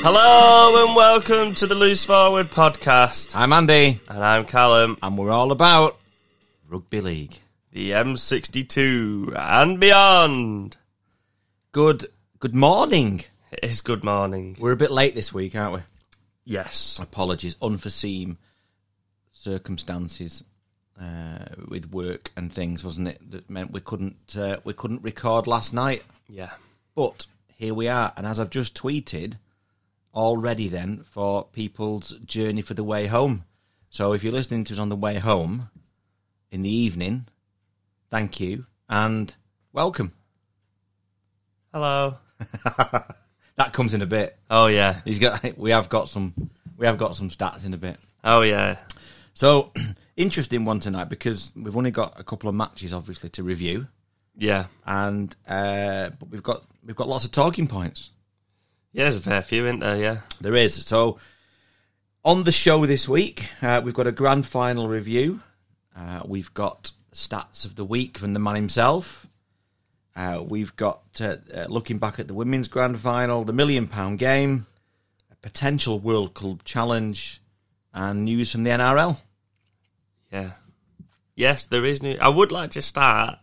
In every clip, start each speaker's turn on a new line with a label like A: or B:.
A: Hello and welcome to the Loose Forward podcast.
B: I'm Andy,
A: And I'm Callum,
B: and we're all about rugby league.
A: the M62 and beyond.
B: Good, good morning.
A: It is good morning.
B: We're a bit late this week, aren't we?
A: Yes.
B: Apologies, unforeseen circumstances uh, with work and things, wasn't it? That meant we couldn't uh, we couldn't record last night.
A: Yeah.
B: But here we are, and as I've just tweeted, already then for people's journey for the way home. So if you're listening to us on the way home in the evening, thank you and welcome.
A: Hello.
B: That comes in a bit.
A: Oh yeah.
B: He's got. We have got some. We have got some stats in a bit.
A: Oh yeah.
B: So interesting one tonight because we've only got a couple of matches, obviously, to review,
A: Yeah.
B: and uh, but we've got we've got lots of talking points.
A: Yeah, there's a fair few, isn't there? Yeah.
B: There is. So on the show this week, uh, we've got a grand final review. Uh, we've got stats of the week from the man himself. Uh, we've got uh, uh, looking back at the women's grand final, the million pound game, a potential World Club challenge, and news from the NRL.
A: Yeah. Yes, there is new I would like to start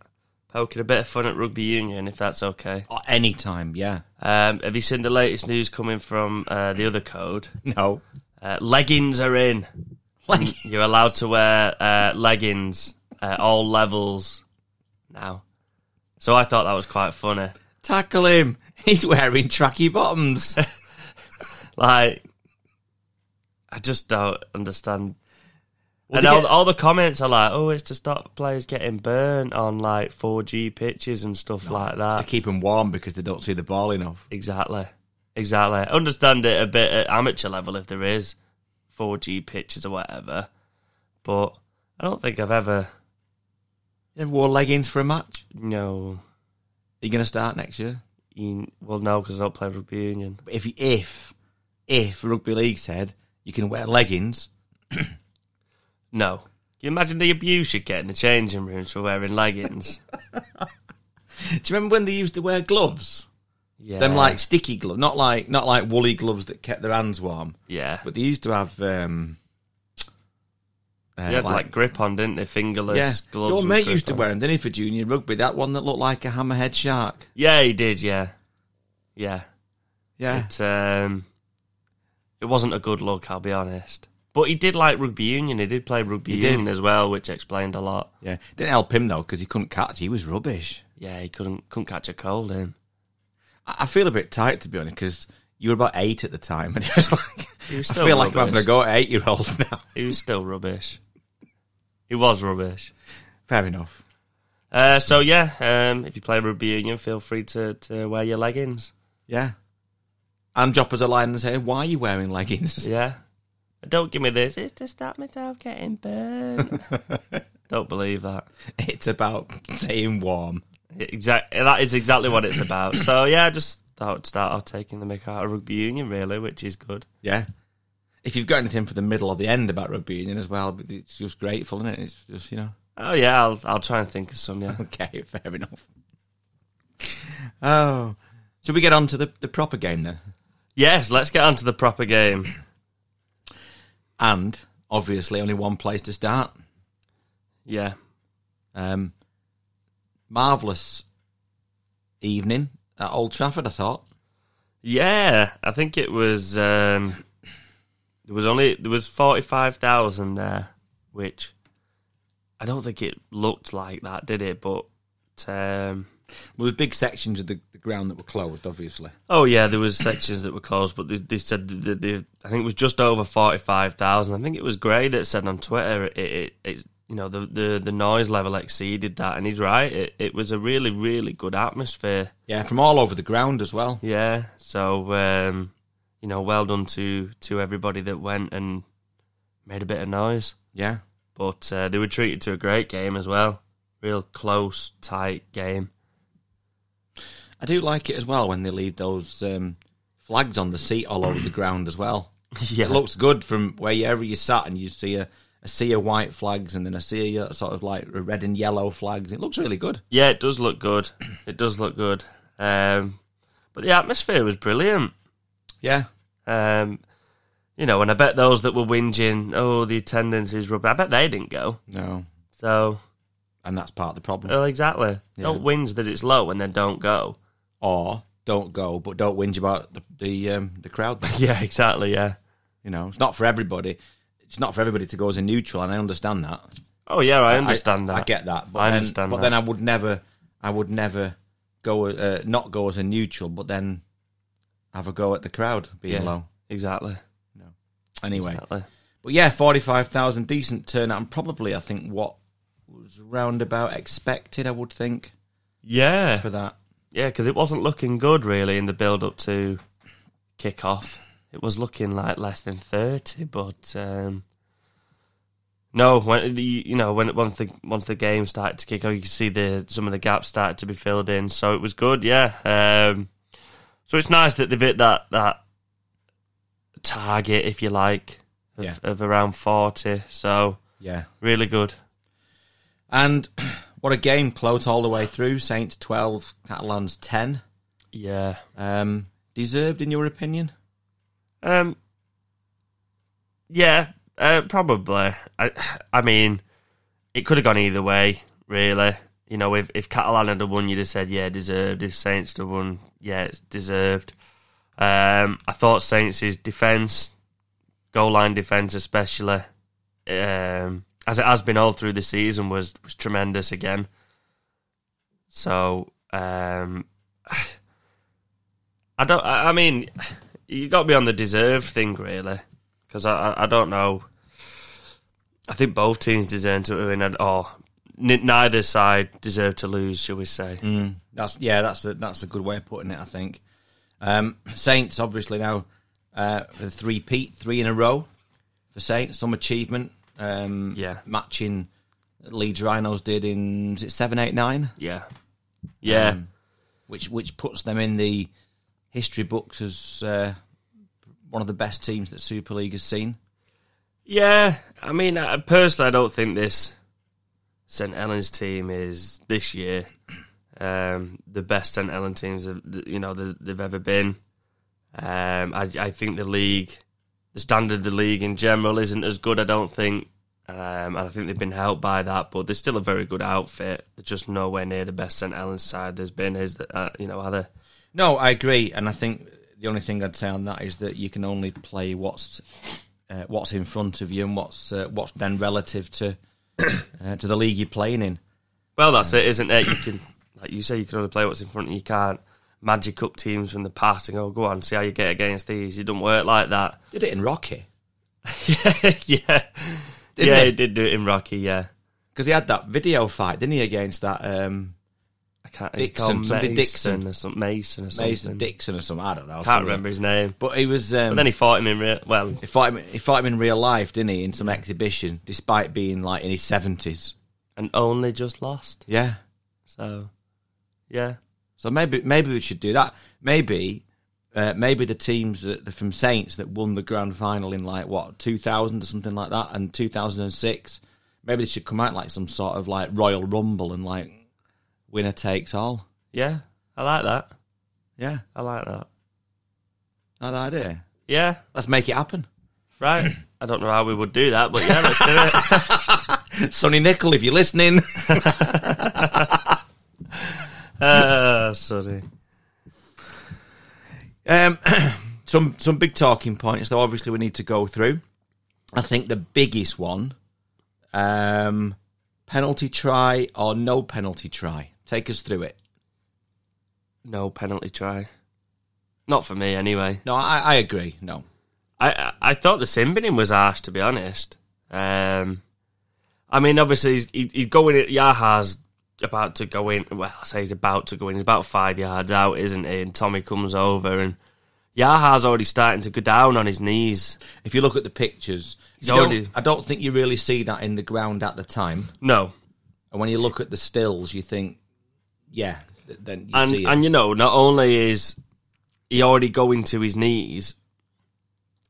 A: poking a bit of fun at rugby union if that's okay.
B: Oh, anytime, yeah.
A: Um, have you seen the latest news coming from uh, the other code?
B: No.
A: Uh, leggings are in.
B: Like,
A: You're allowed to wear uh, leggings at all levels now. So I thought that was quite funny.
B: tackle him. He's wearing tracky bottoms.
A: Like, I just don't understand. and
B: they
A: all,
B: get-
A: all the comments are like, "Oh, it's to stop players getting burnt on like 4G pitches and stuff like that."
B: to keep him warm because they don't see the ball enough.
A: Exactly, exactly. I Understand it a bit at amateur level if there is 4G pitches or whatever, but I don't think I've ever.
B: You ever wore leggings for a match?
A: You know,
B: Are you going to start next year?
A: you, well, no, because I don't play rugby union.
B: if if if rugby league said you can wear leggings,
A: No. Can you imagine the abuse you'd get in the changing rooms for wearing leggings?
B: do you remember when they used to wear gloves?
A: Yeah.
B: Them like sticky gloves, not like not like woolly gloves that kept their hands warm,
A: Yeah.
B: but they used to have um, uh,
A: They had like, grip on, didn't they? Fingerless
B: yeah.
A: gloves.
B: Your
A: with
B: mate
A: grip
B: used to
A: on.
B: wear them, didn't he, for junior rugby? That one that looked like a hammerhead shark.
A: Yeah, he did, yeah. Yeah.
B: Yeah,
A: It, um, it wasn't a good look, I'll be honest. But he did like rugby union. He did play rugby
B: He did.
A: union as well, which explained a lot.
B: yeah. Didn't help him though because he couldn't catch. He was rubbish.
A: Yeah, he couldn't couldn't catch a cold in.
B: I I feel a bit tight to be honest because you were about eight at the time, and it was like
A: He was
B: I
A: still
B: feel like I'm
A: rubbish.
B: having a go at eight year old now.
A: He was still rubbish. He was rubbish.
B: Fair enough.
A: Uh, so yeah, um, if you play rugby union, feel free to, to wear your leggings.
B: Yeah. And drop us a line and say, why are you wearing leggings?
A: Yeah. Don't give me this. It's to stop myself getting burnt. Don't believe that.
B: It's about staying warm.
A: Exactly. That is exactly what it's about. So yeah, I just thought I'd start off taking the mick out of rugby union, really, which is good.
B: Yeah. If you've got anything for the middle or the end about rugby union as well, it's just grateful, isn't it? It's just, you know,
A: Oh yeah, I'll I'll try and think of some. Yeah.
B: okay, fair enough. Oh. Should we get on to the, the proper game then?
A: yes. Let's get on to the proper game.
B: And obviously, only one place to start.
A: Yeah.
B: Um, marvellous evening at Old Trafford, I thought.
A: Yeah. I think it was. Um, there was only there was forty five thousand there, which I don't think it looked like that, did it? But um,
B: Well, there were big sections of the, the ground that were closed, obviously.
A: Oh yeah, there was sections that were closed, but they, they said that they, I think it was just over forty five thousand. I think it was Gray that said on Twitter it, it it's you know the, the the noise level exceeded that, and he's right. It it was a really really good atmosphere.
B: Yeah, from all over the ground as well.
A: Yeah, so um, you know, well done to to everybody that went and made a bit of noise.
B: Yeah.
A: But uh, they were treated to a great game as well. Real close, tight game.
B: I do like it as well when they leave those um, flags on the seat all over the ground as well.
A: Yeah.
B: It looks good from wherever you sat, and you see a, a sea of white flags, and then a sea of sort of like red and yellow flags. It looks really good.
A: Yeah, it does look good. It does look good. Um, but the atmosphere was brilliant.
B: Yeah,
A: Um, you know, and I bet those that were whinging, oh, the attendance is rubbish. I bet they didn't go.
B: no,
A: So,
B: and that's part of the problem.
A: well, exactly. Don't whinge that it's low and then don't go.
B: or don't go, but don't whinge about the the, um, the crowd. Then.
A: Yeah, exactly. Yeah.
B: You know, it's not for everybody. It's not for everybody to go as a neutral, and I understand that.
A: Oh yeah, I understand
B: I,
A: that.
B: I get that. But
A: I
B: then,
A: understand
B: But
A: that.
B: then I would never, I would never go, uh, not go as a neutral, but then have a go at the crowd
A: Yeah.
B: being low.
A: Exactly.
B: Anyway,
A: Exactly.
B: but yeah, forty-five thousand, decent turnout, and probably I think what was roundabout expected. I would think
A: Yeah.
B: for that.
A: Yeah, because it wasn't looking good really in the build up to kick off. It was looking like less than thirty, but um, no, when the you know when once the once the game started to kick off, you could see the some of the gaps started to be filled in. So it was good, yeah. Um, so it's nice that they've hit that that target, if you like, of,
B: Yeah.
A: of around forty. So
B: Yeah,
A: really good.
B: and what a game, close all the way through. Saints twelve, Catalans ten.
A: Yeah.
B: Um, deserved, in your opinion?
A: Um. Yeah, uh, probably. I, I mean, it could have gone either way, really. You know, if if Catalan had won, you'd have said, yeah, deserved. If Saints had won, yeah, it's deserved. Um, I thought Saints' defence, goal line defence especially, um, as it has been all through the season, was was tremendous again. So, um, I don't. I, I mean, you got to be on the deserve thing, really, because I, I I don't know. I think both teams deserve to win, and or n- neither side deserve to lose, shall we say?
B: That's yeah, that's a, that's a good way of putting it. I think um, Saints obviously now uh, the three peat three in a row for Saints, some achievement. Um,
A: Yeah.
B: matching Leeds Rhinos did in was it seven eight nine,
A: Yeah, yeah,
B: Um, which which puts them in the history books as uh, one of the best teams that Super League has seen.
A: yeah. I mean, I, personally, I don't think this St. Helens team is this year um, the best St. Helens teams of- that, you know that they've ever been. Um, I, I think the league, the standard of the league in general, isn't as good. I don't think, um, and I think they've been helped by that. But they're still a very good outfit. They're just nowhere near the best St. Helens side there's been. Is that uh, you know other
B: No, I agree, and I think the only thing I'd say on that is that you can only play what's uh, what's in front of you and what's uh, what's then relative to uh, to the league you're playing in.
A: Well, that's
B: Um,
A: it, isn't it? You can, like you say, you can only play what's in front of you. You can't magic up teams from the past and go, go on, see how you get against these. It doesn't work like that.
B: Did it in Rocky
A: yeah, yeah, yeah.
B: they?
A: He did do it in Rocky. Yeah,
B: because he had that video fight, didn't he, against that um,
A: I can't.
B: Dixon,
A: Dixon,
B: somebody
A: Mason
B: Dixon.
A: or some, Mason or something.
B: Mason Dixon or something? I don't know.
A: Can't
B: something.
A: remember his name.
B: But he was. Um,
A: But then he fought him in real. Well,
B: he fought him. He fought him in real life, didn't he? In some exhibition, despite being like in his seventies.
A: and only just lost.
B: Yeah.
A: So, yeah,
B: So maybe maybe we should do that. Maybe uh, maybe the teams that that from Saints that won the grand final in like what 2000 or something like that, and 2006. Maybe they should come out like some sort of like Royal Rumble and like winner takes all.
A: yeah. I like that.
B: Yeah,
A: I like that.
B: not that idea.
A: Yeah,
B: Let's make it happen.
A: right. I don't know how we would do that, but yeah, let's do it.
B: Sonny Nickel, if you're listening.
A: Ah, sorry.
B: Um, some some big talking points though. Obviously, we need to go through. I think the biggest one, um, penalty try or no penalty try. Take us through it.
A: No penalty try. Not for me, anyway.
B: No, I, I agree. No,
A: I I, I thought the Simbinin was harsh, to be honest. Um, I mean, obviously he's he, he's going. in- Yaha's about to go in. Well, I say he's about to go in. He's about five yards out, isn't he? And Tommy comes over and Yaha's already starting to go down on his knees.
B: If you look at the pictures,
A: He's
B: you don't-
A: already-
B: I don't think you really see that in the ground at the time.
A: No,
B: And when you look at the stills, you think, yeah, th- then you
A: and
B: see it.
A: and you know, not only is he already going to his knees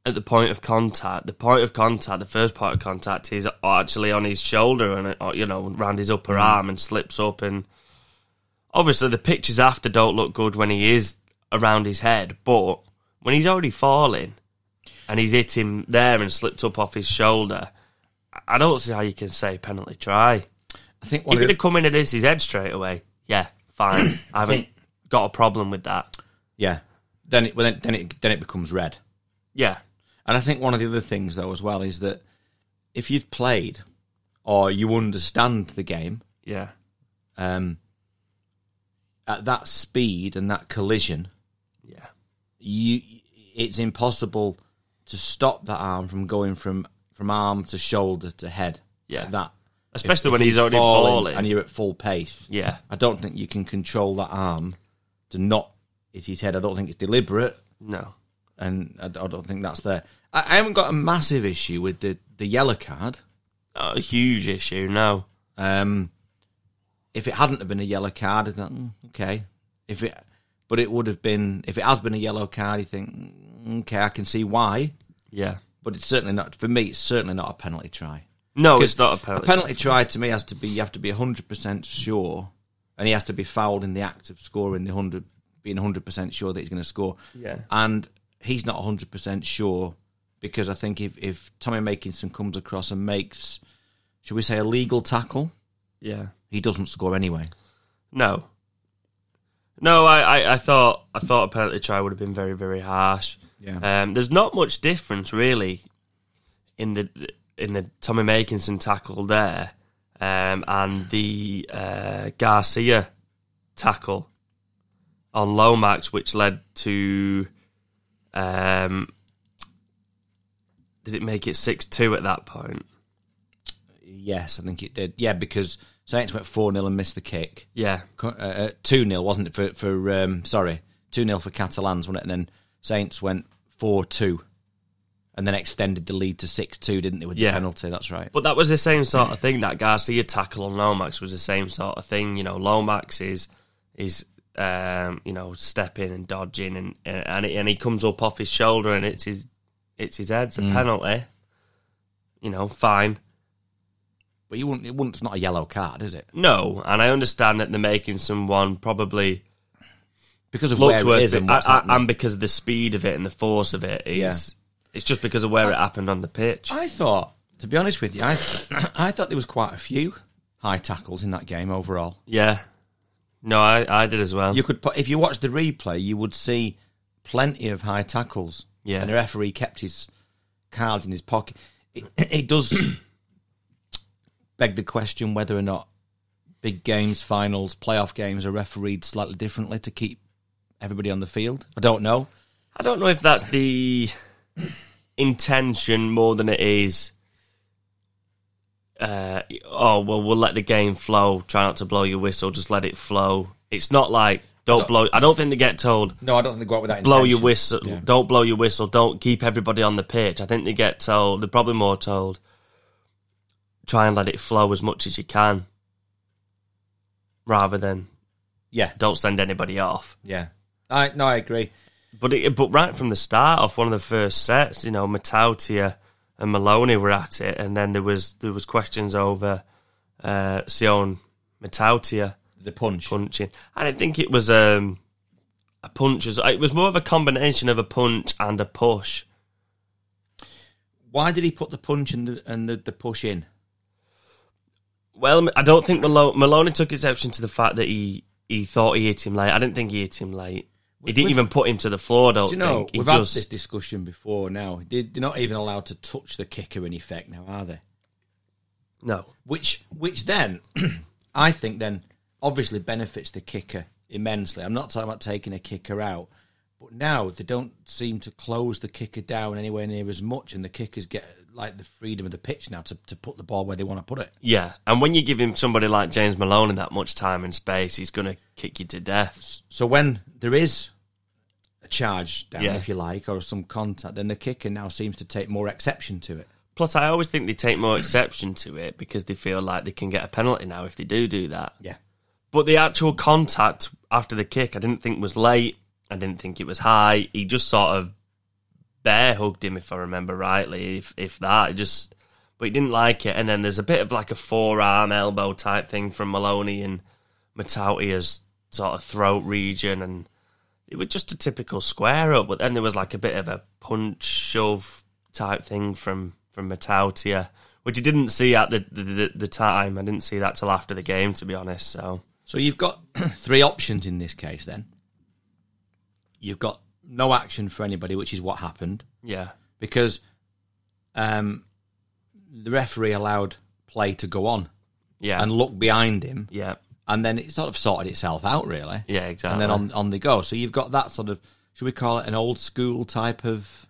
A: at the point of contact, the point of contact, the first point of contact is actually on his shoulder and uh, you know, round his upper arm and slips up. And obviously, the pictures after don't look good when he is around his head, but when he's already falling and he's hit him there and slipped up off his shoulder. I- I don't see how you can say penalty try.
B: I think
A: If
B: one
A: he'd
B: of,
A: have come in and hit his head straight away, yeah, fine. I haven't got a problem with that.
B: yeah, then it, well, then, then it then it becomes red.
A: Yeah,
B: And I think one of the other things though as well is that if you've played or you understand the game,
A: yeah,
B: um, at that speed and that collision,
A: yeah,
B: you it's impossible to stop that arm from going from from arm to shoulder to head.
A: Yeah.
B: at that
A: Especially when he's already falling.
B: and you're at full pace.
A: yeah,
B: I don't think you can control that arm to not hit his head. I don't think it's deliberate,
A: no,
B: and I, I don't think that's there. I, I haven't got a massive issue with the the yellow card.
A: not Oh, a huge issue. No,
B: Um, if it hadn't have been a yellow card, I'd think, "Mm, okay. If it, but it would have been. If it has been a yellow card, you think, "Mm, okay, I can see why.
A: yeah,
B: But it's certainly not for me. It's certainly not a penalty try.
A: no,
B: 'Cause
A: Oh, it's not a penalty.
B: A penalty try to me has to be. You have to be hundred percent sure, and he has to be fouled in the act of scoring the hundred, being hundred percent sure that he's going to score.
A: Yeah.
B: and he's not hundred percent sure because I think if if Tommy Makinson comes across and makes, should we say, a legal tackle,
A: yeah,
B: he doesn't score anyway.
A: no, no. I, I, I thought, I thought a penalty try would have been very, very harsh.
B: Yeah.
A: Um, there's not much difference really in the in the Tommy Makinson tackle there um, and the uh, Garcia tackle on Lomax, which led to um, did it make it six two at that point?
B: Yes, I think it did. Yeah, because Saints went four 0 and missed the kick.
A: Yeah,
B: uh, Two 0 wasn't it for for um, sorry two 0 for Catalans, wasn't it? And then Saints went four two, and then extended the lead to six two, didn't they? With
A: Yeah.
B: the penalty, that's right.
A: But that was the same sort of thing. That Garcia tackle on Lomax was the same sort of thing. You know, Lomax is is um, you know stepping and dodging, and uh, and and he comes up off his shoulder, and it's his it's his head. It's a
B: Mm.
A: penalty. You know, fine.
B: But you wouldn't. It wouldn't. It's not a yellow card, is it?
A: No, and I understand that they're making someone probably
B: Because of
A: look
B: where it
A: towards
B: is
A: it,
B: and what's
A: and,
B: happening.
A: and because of the speed of it and the force of it is. It's just because of
B: Uh,
A: where it happened on the pitch.
B: I thought, to be honest with you, I I thought there was quite a few high tackles in that game overall.
A: yeah. No, I, I did as well.
B: You could, put, if you watch the replay, you would see plenty of high tackles.
A: Yeah.
B: and the referee kept his cards in his pocket. It, it does beg the question whether or not big games, finals, playoff games are refereed slightly differently to keep everybody on the field. I don't know.
A: I don't know if that's the intention more than it is. Uh, oh well, we'll let the game flow. Try not to blow your whistle. Just let it flow. It's not like don't, blow. I don't think they get told
B: No, I don't think they go out with that.
A: blow your
B: intention.
A: whistle.
B: Yeah.
A: Don't blow your whistle. Don't keep everybody on the pitch. I think they get told. They're probably more told. Try and let it flow as much as you can, rather than
B: Yeah,
A: don't send anybody off.
B: yeah. I no, I agree.
A: But it, but right from the start, off one of the first sets, you know, Matautia and Maloney were at it, and then there was there was questions over uh, Sion Matautia
B: The punch.
A: punching. I didn't think it was um, a punch. As, it was more of a combination of a punch and a push.
B: Why did he put the punch and the and the, the push in?
A: Well, I don't think Malone, Maloney took exception to the fact that he he thought he hit him late. I didn't think he hit him late. He didn't
B: We've-
A: even put him to the floor. I don't
B: Do you know
A: think he
B: we've
A: just
B: had this discussion before? Now They- they're not even allowed to touch the kicker in effect. Now are they?
A: no.
B: which which then I think then obviously benefits the kicker immensely. I'm not talking about taking a kicker out, but now they don't seem to close the kicker down anywhere near as much, and the kickers get like the freedom of the pitch now to, to put the ball where they want to put it.
A: Yeah, and when you give him somebody like James Malone in that much time and space, he's going to kick you to death.
B: So when there is a charge down,
A: Yeah.
B: if you like, or some contact, then the kicker now seems to take more exception to it.
A: Plus, I always think they take more exception to it because they feel like they can get a penalty now if they do do that.
B: Yeah.
A: But the actual contact after the kick, I didn't think was late. I didn't think it was high. He just sort of bear hugged him, if I remember rightly, if if that. It just, but he didn't like it. And then there's a bit of like a forearm elbow type thing from Maloney and Matautia's sort of throat region, and it was just a typical square up. But then there was like a bit of a punch shove type thing from from Matautia, which you didn't see at the the, the the time. I didn't see that till after the game, to be honest. So.
B: So you've got three options in this case then. You've got no action for anybody, which is what happened,
A: Yeah.
B: because um, the referee allowed play to go on
A: Yeah.
B: and look behind him,
A: yeah.
B: and then it sort of sorted itself out, really.
A: Yeah, exactly.
B: and then on on the go. So you've got that sort of should we call it an old school type of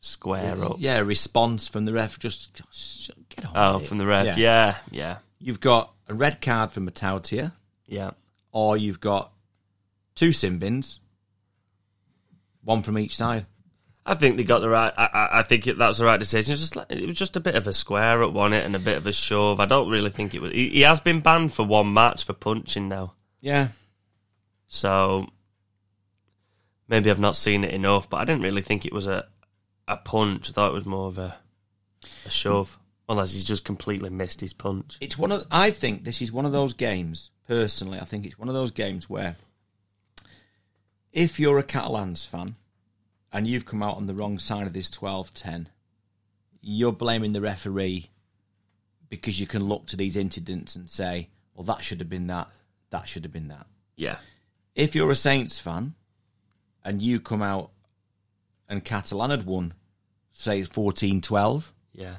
A: square up.
B: yeah response from the ref? Just, just get on.
A: Oh,
B: with it.
A: from the ref. Yeah. Yeah.
B: you've got a red card for Matautia,
A: Yeah.
B: or you've got two sin bins, one from each side.
A: I think they got the right. I, I, I think it, that's the right decision. It's just like, it was just a bit of a square up, one it, and a bit of a shove. I don't really think it was. He, he has been banned for one match for punching now,
B: Yeah,
A: so maybe I've not seen it enough. But I didn't really think it was a a punch. I thought it was more of a a shove, unless he's just completely missed his punch.
B: it's one of. I think this is one of those games. Personally, I think it's one of those games where if you're a Catalans fan and you've come out on the wrong side of this 12-10, you're blaming the referee because you can look to these incidents and say, "Well, that should have been that. That should have been that."
A: Yeah.
B: if you're a Saints fan and you come out and Catalan had won, say 14 12,
A: Yeah.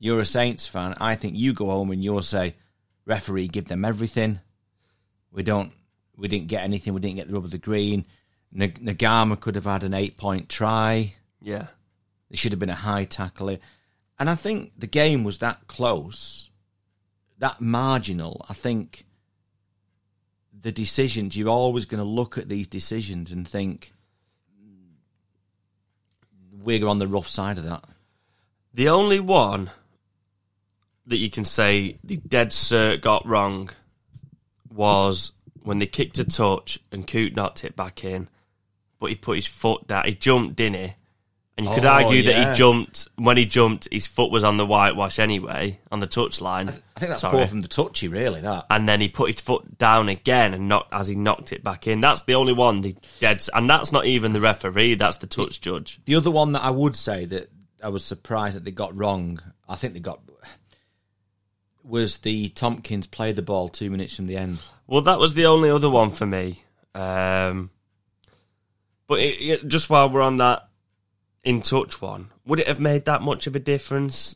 B: you're a Saints fan. I think you go home and you'll say, referee, give them everything. We don't, we didn't get anything. We didn't get the rub of the green. N- Nagama could have had an eight point try.
A: Yeah.
B: There should have been a high tackle. And I think the game was that close, that marginal. I think the decisions, you're always going to look at these decisions and think, we're on the rough side of that.
A: The only one that you can say the dead cert got wrong was when they kicked a touch and Coot knocked it back in, but he put his foot down. He jumped, didn't he? And you could
B: Oh,
A: argue that
B: yeah.
A: he jumped. When he jumped, his foot was on the whitewash anyway, on the touchline.
B: I think that's
A: Sorry.
B: poor from the touchy, really, that.
A: And then he put his foot down again and knocked as he knocked it back in. That's the only one the dead. And that's not even the referee. That's the touch judge.
B: The other one that I would say that I was surprised that they got wrong, I think they got, was the Tompkins play the ball two minutes from the end.
A: Well, that was the only other one for me. Um, but it, it- just while we're on that in touch one, would it have made that much of a difference?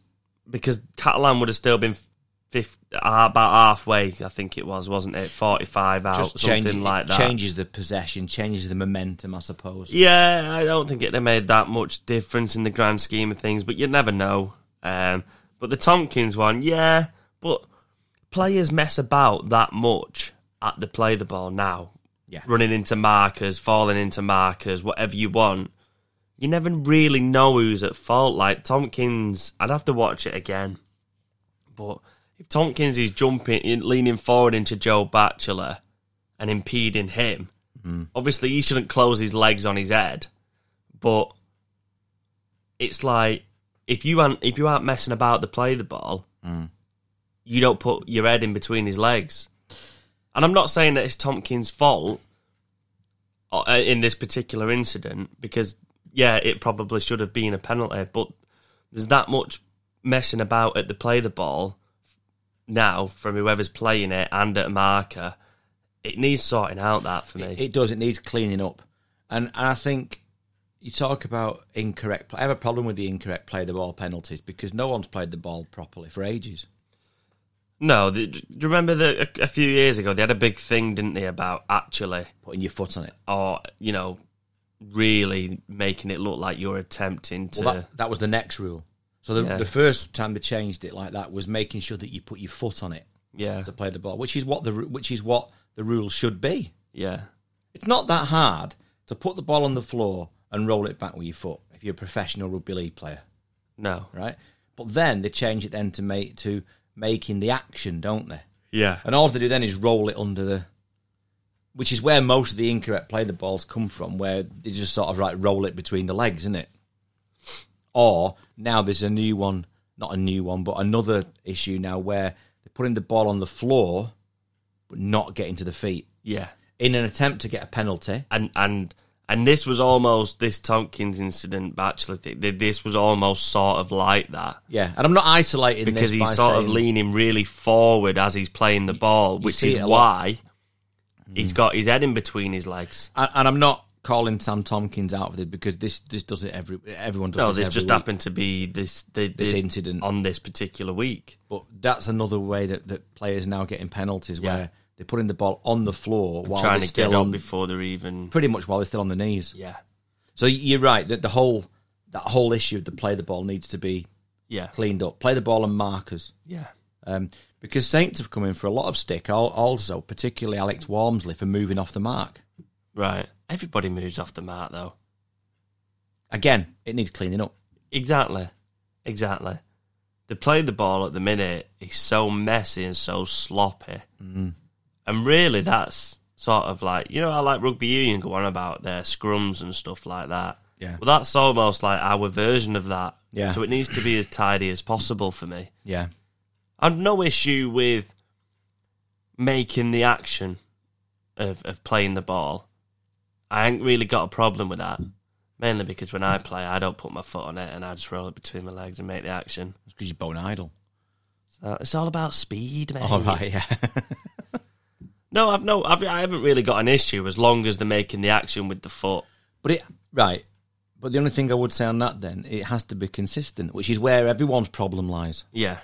A: Because Catalan would have still been fifth, uh, about halfway, I think it was, wasn't it? 45 out,
B: just
A: something
B: change-
A: like that.
B: Changes the possession, changes the momentum, I suppose.
A: Yeah, I don't think it had made that much difference in the grand scheme of things, but you never know. Um, but the Tompkins one, yeah, but players mess about that much at the play the ball now.
B: Yeah.
A: Running into markers, falling into markers, whatever you want. You never really know who's at fault. Like Tompkins, I'd have to watch it again. But if Tompkins is jumping, leaning forward into Joe Batchelor and impeding him, obviously he shouldn't close his legs on his head, but it's like if you aren't if you aren't messing about to play the ball,
B: Mm.
A: you don't put your head in between his legs. And I'm not saying that it's Tompkins' fault uh, in this particular incident because yeah, it probably should have been a penalty, but there's that much messing about at the play the ball now from whoever's playing it and at a marker. It needs sorting out that for me.
B: It does. It needs cleaning up, and and I think you talk about incorrect. Play. I have a problem with the incorrect play the ball penalties because no one's played the ball properly for ages.
A: No, the, do you remember that a, a few years ago they had a big thing, didn't they, about actually
B: Putting your foot on it.
A: or you know really making it look like you're attempting to.
B: Well, that, that was the next rule. So the,
A: Yeah.
B: the first time they changed it like that was making sure that you put your foot on it
A: yeah,
B: to play the ball, which is what the ru- which is what the rule should be.
A: yeah,
B: It's not that hard to put the ball on the floor and roll it back with your foot if you're a professional rugby league player,
A: No.
B: right? But then they change it then to make to making the action, don't they?
A: Yeah.
B: And all they do then is roll it under the, which is where most of the incorrect play the balls come from, where they just sort of like roll it between the legs, isn't it? Or now there's a new one, not a new one, but another issue now where they're putting the ball on the floor, but not getting to the feet
A: Yeah.
B: in an attempt to get a penalty.
A: And and and this was almost this Tompkins incident. but Actually, thi- thi- this was almost sort of like that
B: Yeah, and I'm not isolating
A: because
B: this by
A: he's sort
B: saying,
A: of leaning really forward as he's playing the ball, which
B: see
A: is
B: it a Mm.
A: why he's got his head in between his legs.
B: and, and I'm not calling Sam Tompkins out for this because this this does it every everyone does.
A: No,
B: this,
A: this
B: every
A: just
B: week.
A: happened to be this the,
B: This
A: the-
B: incident.
A: on this particular week.
B: But that's another way that, that players now getting penalties where they're putting the ball on the floor while
A: trying
B: they're
A: to get
B: still
A: on
B: on,
A: before they're even.
B: pretty much while they're still on the knees.
A: Yeah,
B: So you're right that the whole that whole issue of the play the ball needs to be
A: yeah,
B: cleaned up. Play the ball and markers.
A: yeah,
B: Um, because Saints have come in for a lot of stick, al- also particularly Alex Walmsley for moving off the mark.
A: right. Everybody moves off the mark though.
B: Again, it needs cleaning up.
A: Exactly, exactly. The play of the ball at the minute is so messy and so sloppy,
B: Mm.
A: and really that's sort of like you know I like rugby union go on about their scrums and stuff like that.
B: Yeah.
A: Well, that's almost like our version of that.
B: Yeah.
A: So it needs to be as tidy as possible for me.
B: Yeah,
A: I've no issue with making the action of, of playing the ball. I ain't really got a problem with that. Mainly because when I play, I don't put my foot on it and I just roll it between my legs and make the action.
B: it's because you're bone idle.
A: So it's all about speed, mate.
B: All right, yeah,
A: No, I've no, I've, I haven't really got an issue as long as they're making the action with the foot.
B: but it right. But the only thing I would say on that then, it has to be consistent, which is where everyone's problem lies.
A: Yeah,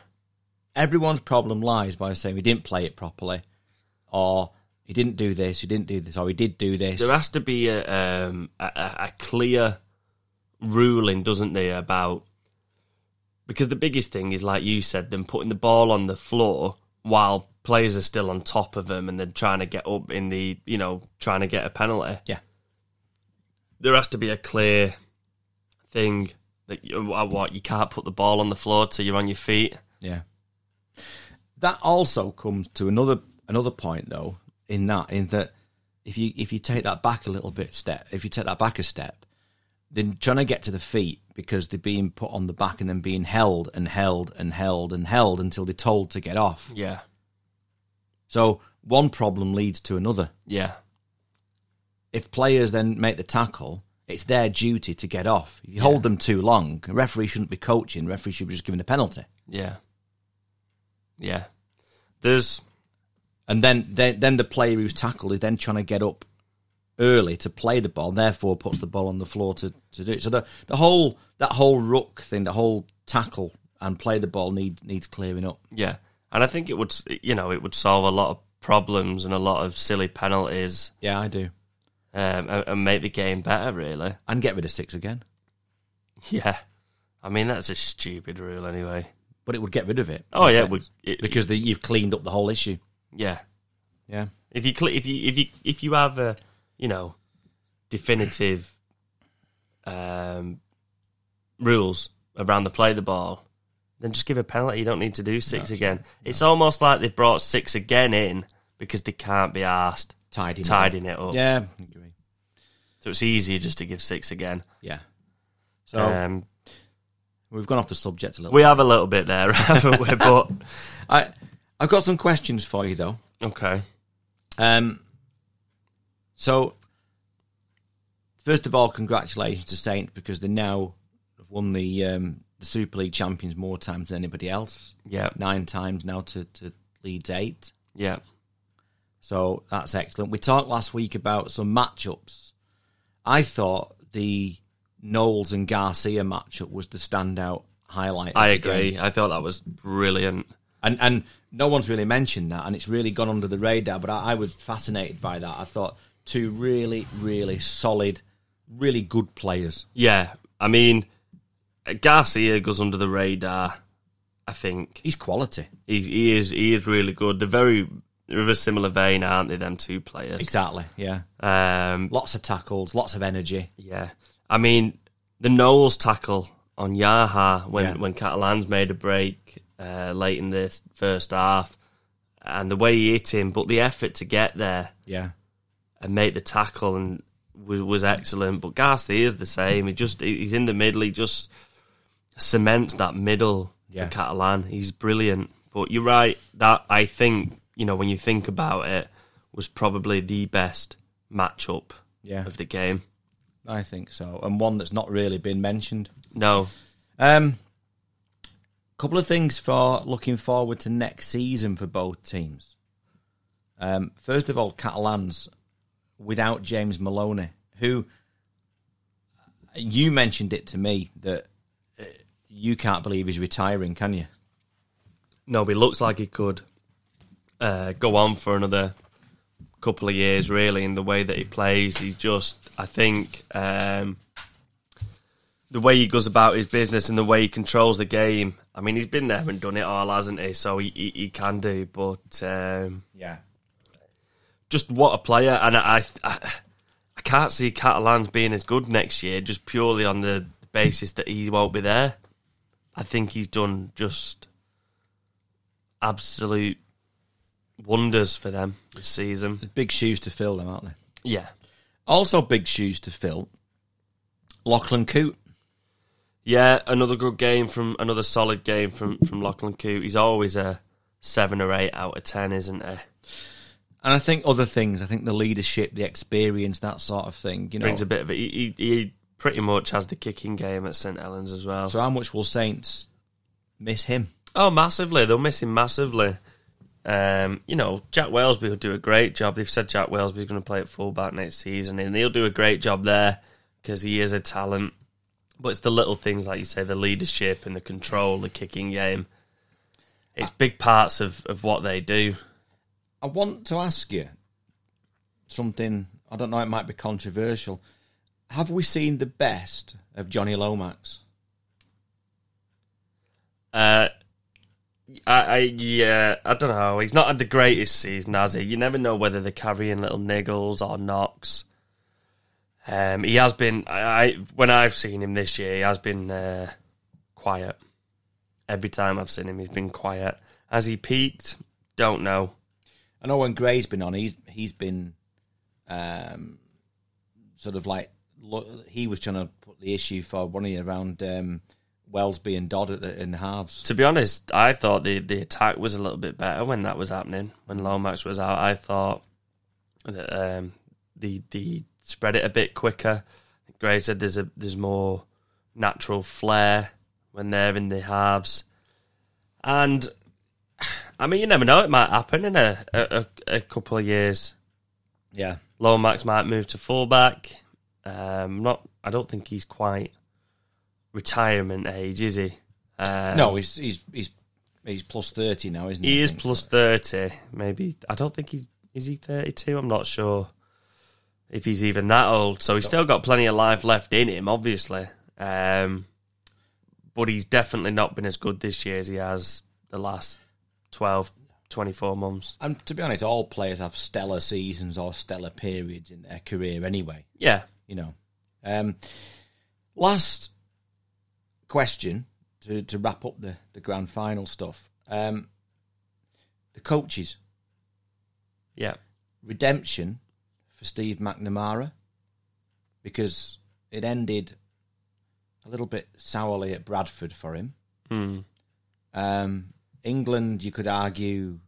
B: everyone's problem lies by saying we didn't play it properly, or he didn't do this, he didn't do this, or he did do this.
A: there has to be a um, a, a a clear ruling, doesn't there, about because the biggest thing is, like you said, them putting the ball on the floor while players are still on top of them and they're trying to get up in the you know trying to get a penalty.
B: Yeah.
A: there has to be a clear thing that you, uh, what you can't put the ball on the floor till you're on your feet.
B: Yeah. That also comes to another another point though, in that in that if you if you take that back a little bit step if you take that back a step, then trying to get to the feet because they're being put on the back and then being held and held and held and held until they're told to get off.
A: Yeah,
B: So one problem leads to another.
A: yeah,
B: if players then make the tackle, it's their duty to get off. If you hold them too long, a referee shouldn't be coaching. Referee should be just giving a penalty.
A: yeah, yeah. There's
B: And then, then, then the player who's tackled is then trying to get up early to play the ball, therefore puts the ball on the floor to, to do it. So the the whole that whole ruck thing, the whole tackle and play the ball need needs clearing up.
A: Yeah, and I think it would, you know, it would solve a lot of problems and a lot of silly penalties
B: Yeah, I do.
A: um, and, and make the game better. Really,
B: And get rid of six again,
A: yeah. I mean, that's a stupid rule anyway.
B: but it would get rid of it.
A: Oh yeah, we, it,
B: because the, you've cleaned up the whole issue.
A: yeah.
B: Yeah,
A: If you cl- if you if you if you have a, you know, definitive um, rules around the play the ball. Then just give a penalty. You don't need to do six again. It's almost like they've brought six again in because they can't be asked
B: tidying. it up.
A: tidying it up.
B: Yeah, agree.
A: So it's easier just to give six again.
B: Yeah. So
A: Um,
B: we've gone off the subject a little.
A: we have a little bit there, haven't we? But
B: I I've got some questions for you though.
A: okay,
B: Um, so first of all, congratulations to Saint because they now have won the um, the Super League champions more times than anybody else.
A: yeah,
B: Nine times now to to Leeds eight.
A: yeah,
B: So that's excellent. We talked last week about some matchups. I thought the Knowles and Garcia matchup was the standout highlight. of
A: I
B: the game.
A: agree. I thought that was brilliant.
B: and and no one's really mentioned that, and it's really gone under the radar. But I, I was fascinated by that. I thought two really, really solid, really good players.
A: Yeah, I mean, uh, Garcia goes under the radar. I think
B: He's quality.
A: he, he is he is really good. They're very they're of a similar vein, aren't they? Them two players.
B: Exactly. Yeah.
A: Um,
B: Lots of tackles. Lots of energy.
A: yeah, I mean the Knowles tackle on Yaha when
B: Yeah.
A: when Catalan's made a break uh, late in this first half, and the way he hit him, but the effort to get there
B: Yeah.
A: and make the tackle and was was excellent. But Garcia is the same. He just he's in the middle. He just cements that middle
B: Yeah.
A: for Catalan. He's brilliant. But you're right. That I think you know when you think about it, was probably the best matchup
B: Yeah.
A: of the game.
B: I think so. And one that's not really been mentioned.
A: No,
B: Um, couple of things for looking forward to next season for both teams. Um, first of all, Catalans without James Maloney, who you mentioned it to me that uh, you can't believe he's retiring, can you?
A: no, he looks like he could uh, go on for another couple of years, really, in the way that he plays. He's just, I think, um, the way he goes about his business and the way he controls the game. I mean, he's been there and done it all, hasn't he? So he, he, he can do, but um,
B: Yeah,
A: just what a player. And I, I, I can't see Catalans being as good next year just purely on the basis that he won't be there. I think he's done just absolute wonders for them this season.
B: big shoes to fill, them aren't they?
A: Yeah.
B: Also, big shoes to fill. Lachlan Coote.
A: Yeah, another good game from another solid game from from Lachlan Coote. He's always a seven or eight out of ten, isn't he?
B: And I think other things. I think the leadership, the experience, that sort of thing. You know,
A: Brings a bit of it. He, he, he pretty much has the kicking game at St Helens as well.
B: So how much will Saints miss him?
A: Oh, massively. They'll miss him massively. Um, you know, Jack Walesby will do a great job. They've said Jack Walesby's going to play at fullback next season, and he'll do a great job there because he is a talent. But it's the little things, like you say, the leadership and the control, the kicking game. It's big parts of, of what they do.
B: I want to ask you something. I don't know. It might be controversial. Have we seen the best of Johnny Lomax?
A: Uh, I, I yeah, I don't know. He's not had the greatest season, has he? You never know whether they're carrying little niggles or knocks. Um, he has been. I, I when I've seen him this year, he has been uh, quiet. Every time I've seen him, he's been quiet. Has he peaked? Don't know.
B: I know when Gray's been on, he's he's been um, sort of like lo- he was trying to put the issue for one of you around um, Wellsby and Dodd at the, in the halves.
A: To be honest, I thought the, the attack was a little bit better when that was happening. When Lomax was out, I thought that um, the the spread it a bit quicker. Gray said there's a there's more natural flair when they're in the halves, and I mean you never know it might happen in a a, a a couple of years.
B: Yeah,
A: Lomax might move to fullback. Um, not I don't think he's quite retirement age, is he? Um,
B: no, he's he's he's he's plus thirty now, isn't he?
A: He
B: I
A: is
B: think?
A: plus thirty. Maybe I don't think he's is he thirty two. I'm not sure if he's even that old. So he's still got plenty of life left in him, obviously. Um, but he's definitely not been as good this year as he has the last 12, 24 months.
B: And to be honest, all players have stellar seasons or stellar periods in their career anyway,
A: Yeah,
B: you know. Um, last question to, to wrap up the, the grand final stuff. Um, the coaches,
A: yeah,
B: redemption for Steve McNamara because it ended a little bit sourly at Bradford for him.
A: Hmm.
B: Um, England, you could argue.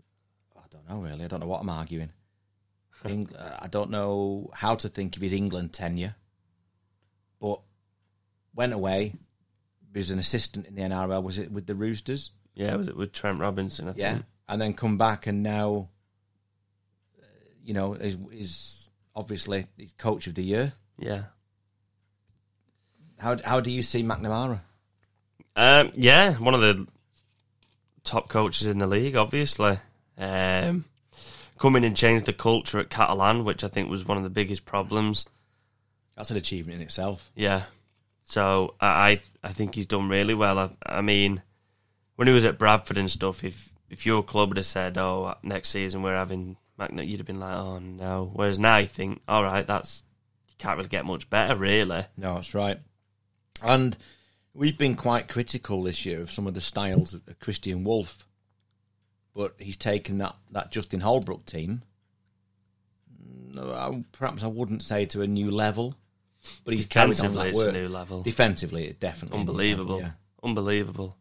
B: I don't know really. I don't know what I'm arguing. Eng- uh, I don't know how to think of his England tenure, but went away. He was an assistant in the NRL. Was it with the Roosters?
A: yeah. Was it with Trent Robinson? I
B: Yeah,
A: think.
B: and then come back and now, uh, you know, is is obviously he's coach of the year.
A: yeah.
B: How how do you see McNamara?
A: Um, yeah, one of the top coaches in the league, obviously. Um, come in and change the culture at Catalan, which I think was one of the biggest problems.
B: That's an achievement in itself.
A: Yeah. So I I I think he's done really well. I, I mean, when he was at Bradford and stuff, if if your club had said, "Oh, next season we're having Magnet," you'd have been like, "Oh no." Whereas now you think, "All right, that's you can't really get much better, really."
B: No, that's right. And we've been quite critical this year of some of the styles of Christian Wolf, but he's taken that, that Justin Holbrook team. No, I, perhaps I wouldn't say to a new level, but he's carried on
A: Defensively,
B: that
A: it's a
B: work.
A: new level.
B: Defensively, it's definitely a new level,
A: Unbelievable,
B: yeah.
A: unbelievable.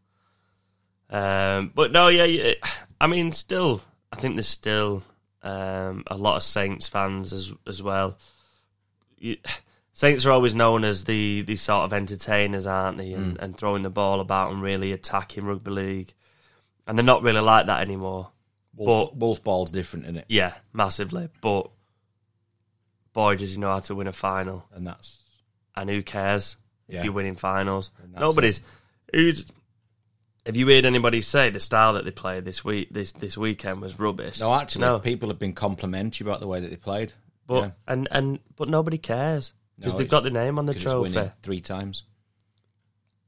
A: Um, but no, yeah, yeah, I mean, still, I think there's still um, a lot of Saints fans as as well. You- Saints are always known as the the sort of entertainers, aren't they? And, and throwing the ball about and really attacking rugby league, and they're not really like that anymore.
B: Wolf, Wolf ball's different in it,
A: Yeah, massively. But boy, does he know how to win a final
B: and that's
A: and who cares
B: Yeah.
A: if you're winning finals?
B: that's
A: Nobody's. Who's, have you heard anybody say the style that they played this week? This this weekend was rubbish.
B: no. Actually,
A: No.
B: people have been complimentary about the way that they played.
A: but
B: yeah,
A: and and but nobody cares because
B: No,
A: they've
B: it's-
A: got the name on the
B: 'cause it's winning
A: trophy
B: three times.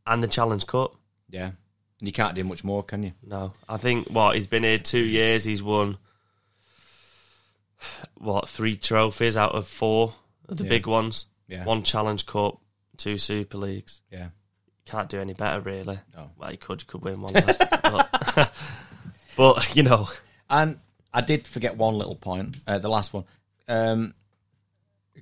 A: and the Challenge Cup.
B: Yeah, and you can't do much more, can you?
A: No, I think what he's been here two years. He's won what three trophies out of four of the
B: Yeah.
A: big ones.
B: Yeah.
A: One Challenge Cup, two Super Leagues.
B: Yeah,
A: Can't do any better, really.
B: No.
A: Well, you could, you could win one last. but, but, you know,
B: and I did forget one little point. Uh, the last one. Um,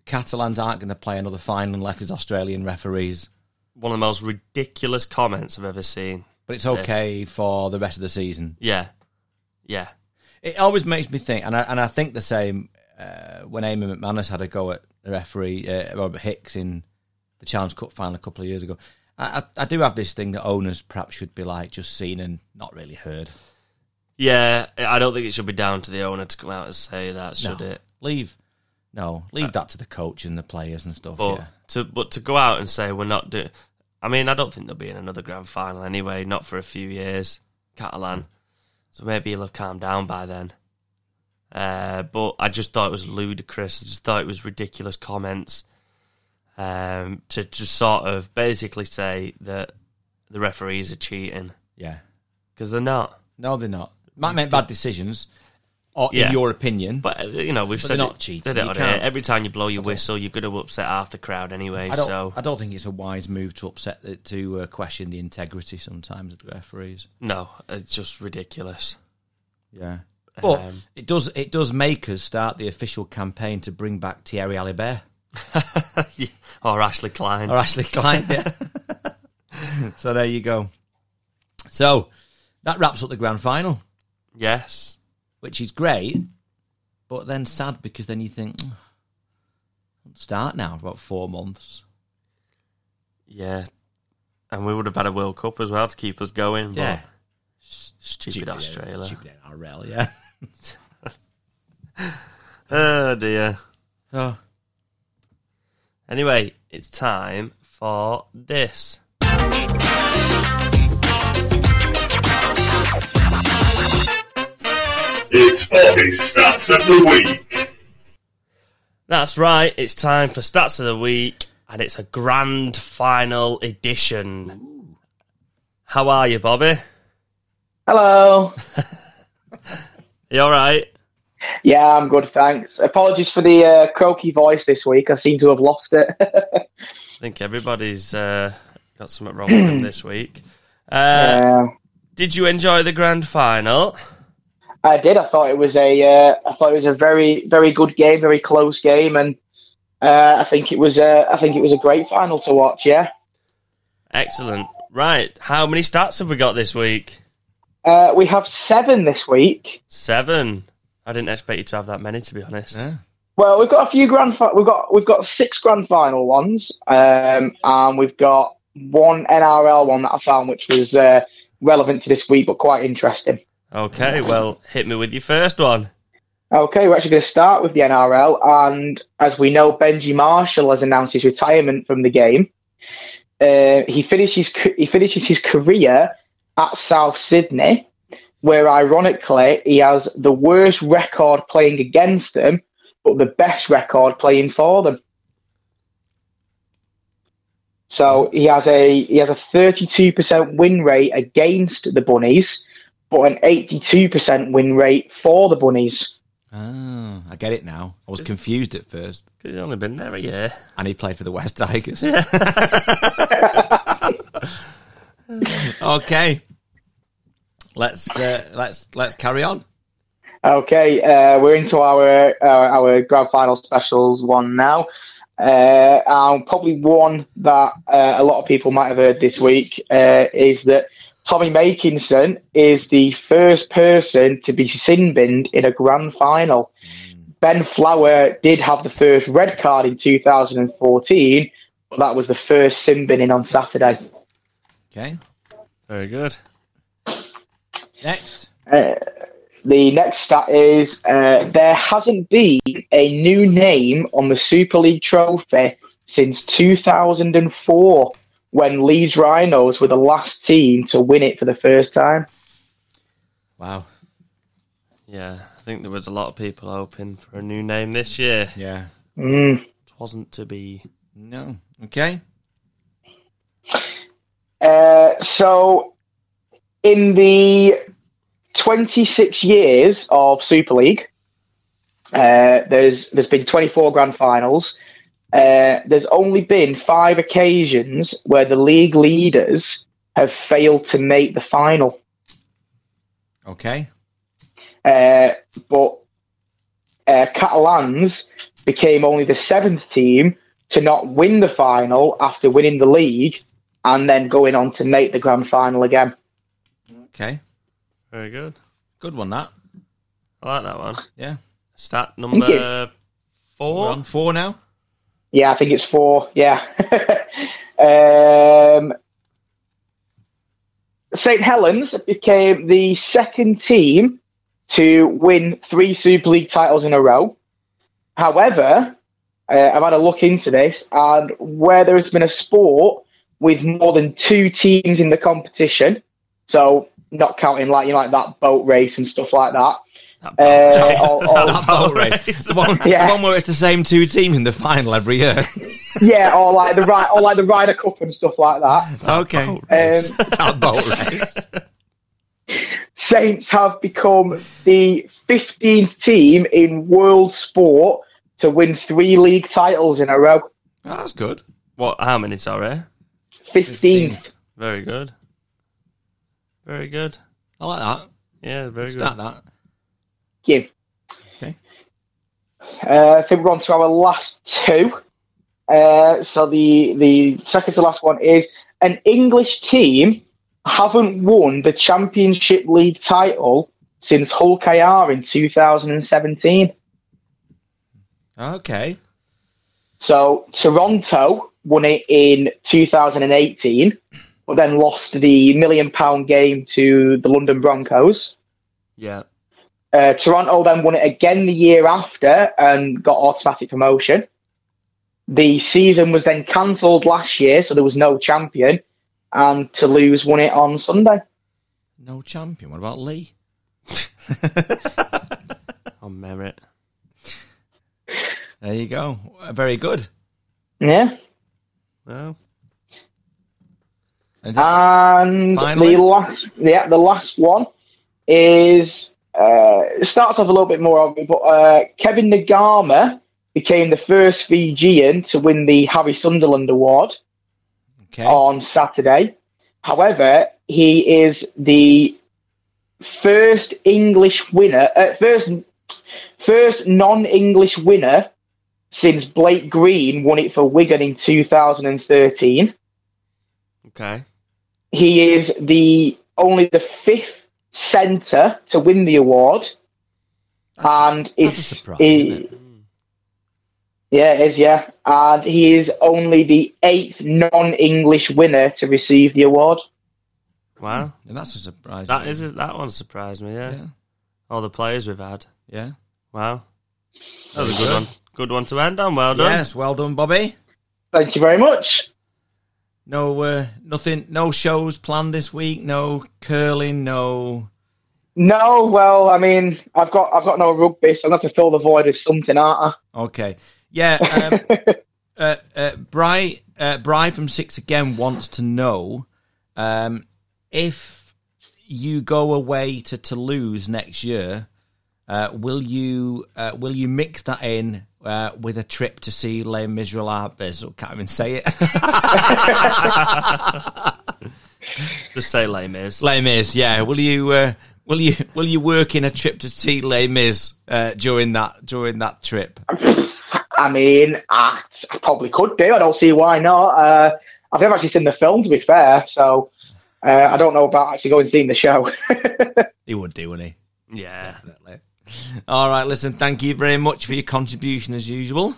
B: Catalans aren't going to play another final unless there's Australian referees.
A: one of the most ridiculous comments I've ever seen.
B: But it's okay for the rest of the season.
A: Yeah, yeah,
B: It always makes me think, and I, and I think the same uh, when Amy McManus had a go at the referee uh, Robert Hicks in the Challenge Cup final a couple of years ago. I, I, I do have this thing that owners perhaps should be like just seen and not really heard.
A: yeah. I don't think it should be down to the owner to come out and say that, should
B: No.
A: it?
B: Leave, no, leave that to the coach and the players and stuff.
A: But
B: yeah.
A: to but to go out and say we're not doing. I mean, I don't think there'll be in another grand final anyway. Not for a few years, Catalan. So maybe he'll have calmed down by then. Uh, but I just thought it was ludicrous. I just thought it was ridiculous comments. Um, to just sort of basically say that the referees are cheating
B: yeah,
A: because they're not.
B: no, they're not. Might make bad decisions, or
A: Mm, Yeah.
B: in your opinion. But
A: But uh, you know we've
B: But
A: said
B: they're not
A: it,
B: cheating.
A: said it
B: You
A: on
B: can't-
A: here. Every time you blow your whistle, you're going to upset half the crowd anyway.
B: I don't.
A: So
B: I don't think it's a wise move to upset the, to uh, question the integrity sometimes of the referees.
A: no, it's just ridiculous.
B: Yeah. But
A: Um,
B: it does it does make us start the official campaign to bring back Thierry Alibert
A: Yeah, or Ashley Klein.
B: or Ashley Klein. Yeah. so there you go. So that wraps up the grand final,
A: Yes.
B: which is great, but then sad because then you think "Oh, start now for about four months.
A: Yeah. And we would have had a World Cup as well to keep us going. but
B: Yeah.
A: Stupid, Australia.
B: Stupid NRL, yeah.
A: Oh, dear.
B: Oh.
A: Anyway, it's time for this.
C: It's Bobby's Stats of the Week.
A: That's right. It's time for Stats of the Week. And it's a grand final edition. How are you, Bobby?
D: Hello.
A: You all right?
D: Yeah, I'm good, thanks. Apologies for the uh, croaky voice this week. I seem to have lost it.
A: I think everybody's uh, got something wrong with them this week. Uh,
D: Uh,
A: Did you enjoy the grand final?
D: I did. I thought it was a. Uh, I thought it was a very, very good game, very close game, and uh, I think it was. A, I think it was a great final to watch. Yeah.
A: Excellent. Right. How many stats have we got this week?
D: Uh, we have seven this week.
A: Seven. I didn't expect you to have that many, to be honest.
B: Yeah.
D: Well, we've got a few grand. Fi- we've got we've got six grand final ones, um, and we've got one NRL one that I found, which was uh, relevant to this week, but quite interesting.
A: Okay, well, hit me with your first one.
D: Okay, we're actually going to start with the NRL, and as we know, Benji Marshall has announced his retirement from the game. Uh, he finishes he finishes his career at South Sydney, where ironically he has the worst record playing against them, but the best record playing for them. So he has a he has a thirty two percent win rate against the Bunnies, but an 82% win rate for the Bunnies.
B: Oh, I get it now. I was confused at first.
A: Because he's only been there a year.
B: And he played for the West Tigers. okay. Let's uh, let's let's carry on.
D: Okay, uh, we're into our uh, our grand final specials one now. Uh, and probably one that uh, a lot of people might have heard this week uh, is that Tommy Makinson is the first person to be sin binned in a grand final. Ben Flower did have the first red card in 2014, but that was the first sin binning on Saturday.
B: Okay.
A: Very good.
B: Next.
D: The next stat is uh, there hasn't been a new name on the Super League trophy since 2004, when Leeds Rhinos were the last team to win it for the first time.
B: Wow.
A: Yeah, I think there was a lot of people hoping for a new name this year.
B: Yeah.
D: Mm.
A: It wasn't to be.
B: No. Okay.
D: Uh, so, in the 26 years of Super League, uh, there's there's been 24 grand finals. Uh, there's only been five occasions where the league leaders have failed to make the final.
B: Okay.
D: Uh, but uh, Catalans became only the seventh team to not win the final after winning the league and then going on to make the grand final again.
B: Okay.
A: Very good.
B: Good one that.
A: I like that one.
B: Yeah.
A: Stat number
B: We're
A: four.
B: on four now.
D: Yeah, I think it's four. Yeah. um, St. Helens became the second team to win three Super League titles in a row. However, uh, I've had a look into this, and where there has been a sport with more than two teams in the competition, so not counting like you know, like that boat race and stuff like that. Uh, or- or-
B: That boat race. The one, the
D: Yeah.
B: one where it's the same two teams in the final every year.
D: yeah, or like the Ry- or like the Ryder Cup and stuff like that.
B: okay.
D: Um,
B: That boat race.
D: Saints have become the 15th team in world sport to win three league titles in a row.
B: Oh, that's good.
A: What? How many? Sorry.
D: 15th.
A: Very good. Very good.
B: I like that.
A: Yeah, very good.
B: Start that.
D: Yeah.
B: Okay.
D: Uh, I think we're on to our last two. Uh, so the the second to last one is an English team haven't won the Championship League title since Hull KR in 2017.
B: Okay.
D: So Toronto won it in 2018, but then lost the million pound game to the London Broncos.
A: Yeah.
D: Uh, Toronto then won it again the year after and got automatic promotion. The season was then cancelled last year, so there was no champion, and Toulouse won it on Sunday.
B: No champion. What about Lee?
A: On merit.
B: There you go. Uh, Very good.
D: Yeah.
A: No.
B: And
D: Ah, And
B: Finally.
D: the last, yeah, the last one is uh, it starts off a little bit more obvious, but uh, Kevin Nagama became the first Fijian to win the Harry Sunderland Award
B: okay.
D: on Saturday. However, he is the first English winner, uh, first first non-English winner since Blake Green won it for Wigan in 2013
A: Okay.
D: he is the only the fifth centre to win the award, and
B: that's a
D: is
B: surprise,
D: he-
B: isn't
D: yeah, it is yeah, and he is only the eighth non-English winner to receive the award.
A: Wow.
B: And that's a surprise.
A: That is that one surprised me. Yeah.
B: Yeah.
A: All the players we've had.
B: Yeah.
A: Wow. That was a good one. Good one to end on. Well done.
B: Yes. Well done, Bobby.
D: Thank you very much.
B: No, uh, nothing. No shows planned this week. No curling. No.
D: No, well, I mean, I've got I've got no rugby, so I'm gonna have to fill the void with something, aren't
B: Okay. Yeah. Um, uh, uh, Bry, uh, Bry from Six Again wants to know um, if you go away to Toulouse next year, uh, will you uh, will you mix that in uh, with a trip to see Les Miserables? I can't even say it.
A: Just say lame is.
B: Les Mis, yeah. Will you uh, will you will you work in a trip to see Les Mis uh, during that during that trip?
D: I mean, I, I probably could do. I don't see why not. Uh, I've never actually seen the film, to be fair, so uh, I don't know about actually going and seeing the show.
B: He would do, wouldn't he?
A: yeah.
B: Definitely. All right, listen. Thank you very much for your contribution as usual.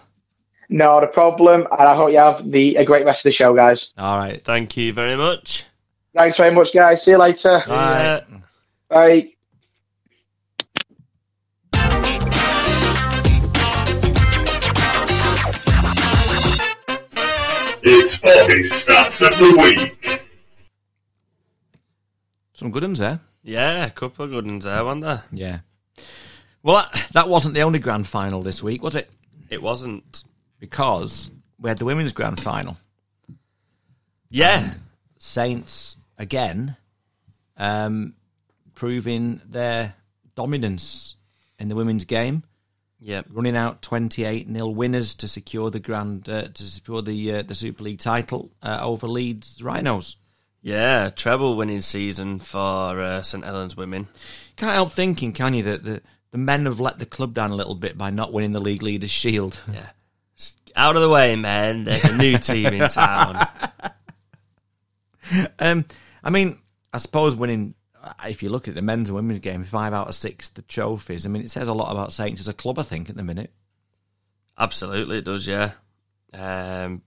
D: Not a problem, and I hope you have the a great rest of the show, guys.
B: All right.
A: Thank you very much.
D: Thanks very much, guys. See you later.
A: Yeah.
D: Bye.
C: It's Bobby's Stats of the Week.
B: Some good ones there.
A: yeah, a couple of good ones there, weren't there?
B: Yeah. Well, that, that wasn't the only grand final this week, was it?
A: It wasn't.
B: Because we had the women's grand final.
A: Yeah.
B: Saints again, um, proving their dominance in the women's game,
A: yeah.
B: running out twenty-eight 0 winners to secure the grand uh, to secure the uh, the Super League title uh, over Leeds Rhinos.
A: Yeah, treble winning season for uh, St Helens women.
B: Can't help thinking, can you, that the, the men have let the club down a little bit by not winning the league leaders' shield.
A: Yeah. Out of the way, man. There's a new team in town.
B: Um, I mean, I suppose winning. uh, If you look at the men's and women's game, five out of six the trophies. I mean, it says a lot about Saints as a club. I think at the minute.
A: Absolutely, it does. Yeah. Um,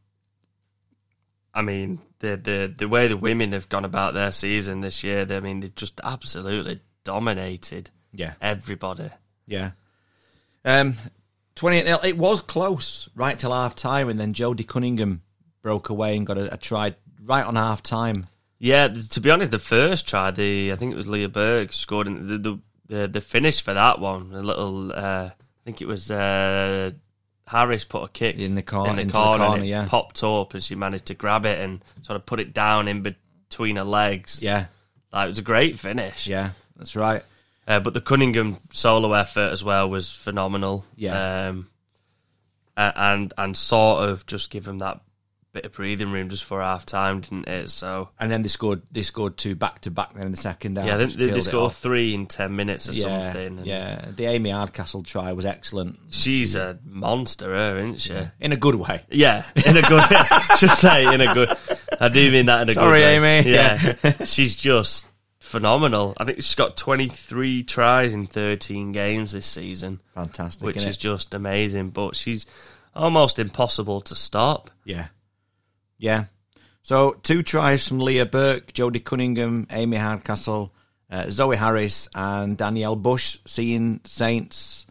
A: I mean the the the way the women have gone about their season this year. They, I mean they've just absolutely dominated
B: Yeah,
A: everybody.
B: yeah. Um, twenty-eight nil. It was close right till half time, and then Jodie Cunningham broke away and got a, a try right on half time.
A: Yeah. th- To be honest, the first try, the I think it was Leah Berg scored in the the, the, the finish for that one. A little, uh, I think it was uh, Harris put a kick
B: In the cor-
A: in the
B: into the
A: corner,
B: corner,
A: and it
B: yeah.
A: popped up, and she managed to grab it and sort of put it down in between her legs.
B: Yeah,
A: Like, it was a great finish.
B: yeah, that's right.
A: Uh, but the Cunningham solo effort as well was phenomenal.
B: Yeah.
A: Um, a- and and sort of just give him that bit of breathing room just for half time, didn't it? So
B: And then they scored. They scored two back to back. Then in the second half,
A: yeah, they,
B: which
A: they, they
B: killed it
A: scored
B: off.
A: three in ten minutes or something. and
B: yeah. The Amy Hardcastle try was excellent
A: she's a monster, her, isn't she? Yeah,
B: in a good way.
A: in a good. just say in a good. I do mean that in a
B: Sorry,
A: good way.
B: Amy.
A: Yeah, she's just phenomenal. I think she's got twenty three tries in thirteen games this season.
B: Fantastic,
A: which
B: innit?
A: is just amazing. But she's almost impossible to stop.
B: Yeah. Yeah. So two tries from Leah Burke, Jodie Cunningham, Amy Hardcastle, uh, Zoe Harris, and Danielle Bush seeing Saints,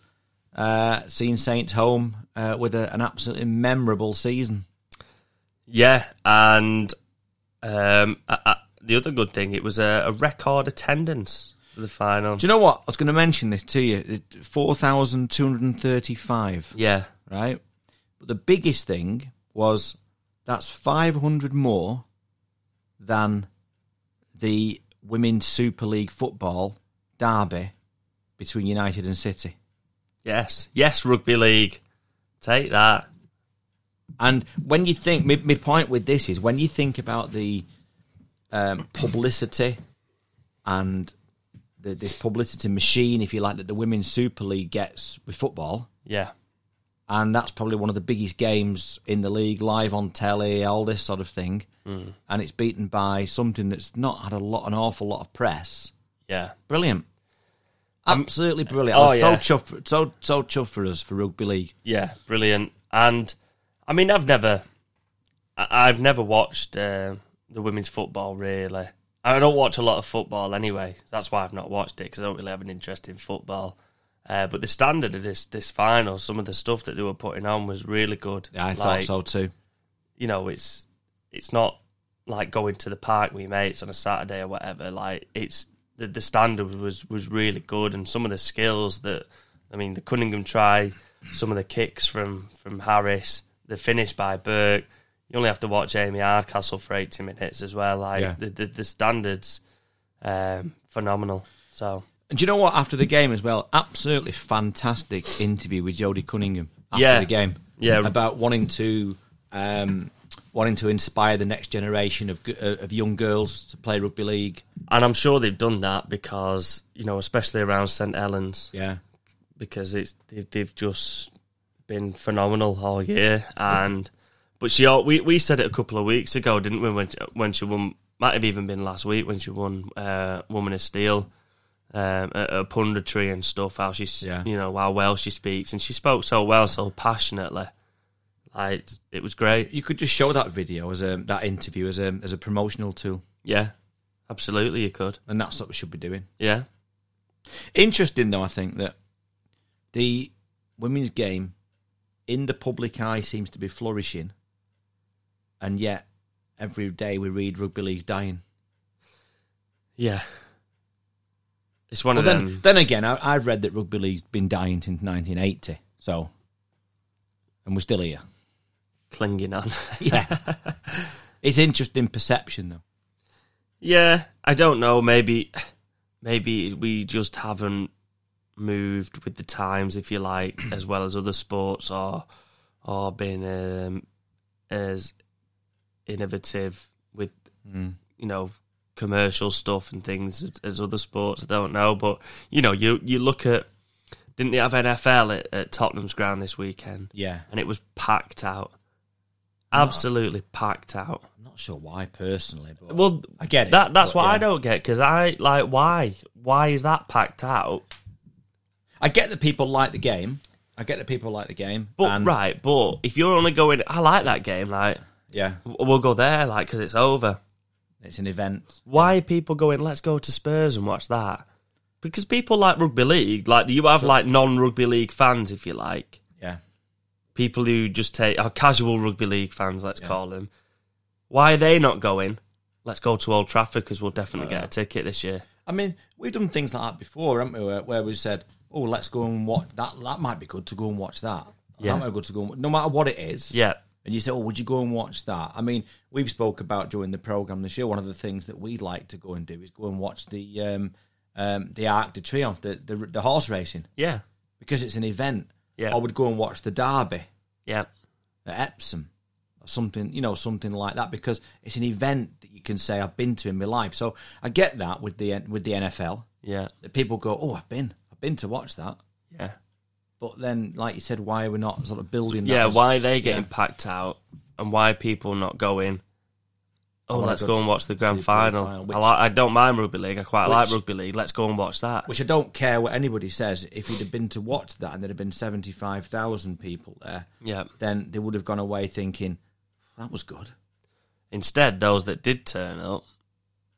B: uh, seeing Saints home uh, with a, an absolutely memorable season.
A: Yeah, and um, I, I, the other good thing, it was a, a record attendance for the final.
B: Do you know what? I was going to mention this to you. Four thousand two hundred thirty-five.
A: Yeah,
B: Right. But the biggest thing was that's five hundred more than the Women's Super League football derby between United and City.
A: yes, yes, rugby league, take that.
B: And when you think, my, my point with this is when you think about the um, publicity and the, this publicity machine, if you like, that the Women's Super League gets with football,
A: Yeah,
B: and that's probably one of the biggest games in the league, live on telly, all this sort of thing.
A: Mm.
B: And it's beaten by something that's not had a lot, an awful lot of press.
A: yeah,
B: Brilliant, absolutely brilliant.
A: oh,
B: I was
A: yeah.
B: so chuffed, so so chuffed for us for rugby league.
A: yeah, brilliant. And I mean, I've never, I, I've never watched uh, the women's football really. I don't watch a lot of football anyway. That's why I've not watched it because I don't really have an interest in football. Uh, but the standard of this this final, some of the stuff that they were putting on was really good.
B: Yeah, I
A: Like,
B: thought so too.
A: You know, it's it's not like going to the park with your mates on a Saturday or whatever. Like it's the the standard was was really good, and some of the skills that I mean, the Cunningham try, some of the kicks from from Harris, the finish by Burke. You only have to watch Amy Hardcastle for eighty minutes as well. Like
B: Yeah.
A: the, the the standards Um, phenomenal. So
B: And do you know what? After the game as well, absolutely fantastic interview with Jody Cunningham after
A: Yeah.
B: the game.
A: Yeah.
B: about wanting to um, wanting to inspire the next generation of g- uh, of young girls to play rugby league.
A: and I'm sure they've done that because you know, especially around St Helens,
B: Yeah,
A: because it's they've, they've just been phenomenal all year. And but she, al- we we said it a couple of weeks ago, didn't we? When she, when she won, might have even been last week when she won uh, Woman of Steel. Um, at, at punditry and stuff, how she's,
B: Yeah.
A: you know, how well she speaks, and she spoke so well, so passionately. Like it was great.
B: you could just show that video as a that interview as a as a promotional tool,
A: Yeah, absolutely, you could.
B: and that's what we should be doing.
A: Yeah,
B: Interesting though, I think that the women's game in the public eye seems to be flourishing, and yet every day we read rugby league's dying.
A: yeah. It's one
B: Well,
A: of them.
B: then, then again, I, I've read that rugby league's been dying since 1980, so and we're still here.
A: clinging on.
B: Yeah, it's interesting perception though.
A: yeah, I don't know. Maybe, maybe we just haven't moved with the times, if you like, as well as other sports, or or been um, as innovative with
B: Mm,
A: you know commercial stuff and things as, as other sports. I don't know, but you know, you you look at didn't they have NFL at, at Tottenham's ground this weekend,
B: Yeah,
A: and it was packed out, absolutely packed out.
B: I'm not sure why personally, but
A: Well,
B: I get it.
A: That that's
B: but,
A: what I
B: yeah.
A: don't get because I like why why is that packed out?
B: I get that people like the game. I get that people like the game,
A: But
B: and-
A: right, but if you're only going, I like that game. Like
B: Yeah,
A: w- we'll go there, like because it's over.
B: it's an event.
A: Why are people going? Let's go to Spurs and watch that because people like rugby league. Like you have like non rugby league fans, if you like.
B: Yeah,
A: people who just take our casual rugby league fans, let's call them. Why are they not going? Let's go to Old Trafford because we'll
B: Oh,
A: definitely get a ticket this year.
B: I mean, we've done things like that before, haven't we? Where, where we said, "Oh, let's go and watch that. That might be good to go and watch that.
A: Yeah.
B: That might be good to go. And, no matter what it is.
A: Yeah,
B: and you say, "Oh, would you go and watch that?" I mean, we've spoke about during the program this year. One of the things that we like to go and do is go and watch the um, um, the Arc de Triomphe, the, the the horse racing,
A: yeah,
B: because it's an event.
A: Yeah.
B: I would go and watch the Derby
A: yeah,
B: at Epsom, or something you know, something like that, because it's an event that you can say I've been to in my life. So I get that with the with the NFL
A: yeah,
B: that people go, "Oh, I've been, I've been to watch that."
A: yeah.
B: But then, like you said, why we're not sort of building? That
A: Yeah,
B: as-
A: why are they getting packed out and why are people not going? Oh,
B: wanna
A: let's
B: go
A: go
B: to-
A: and watch the
B: to
A: grand
B: the grand
A: final.
B: final, which-
A: I, like, I don't mind rugby league. I quite like
B: Which-
A: rugby league. Let's go and watch that.
B: which I don't care what anybody says. If you'd have been to watch that and there'd have been seventy five thousand people there,
A: yeah.
B: then they would have gone away thinking that was good.
A: Instead, those that did turn up,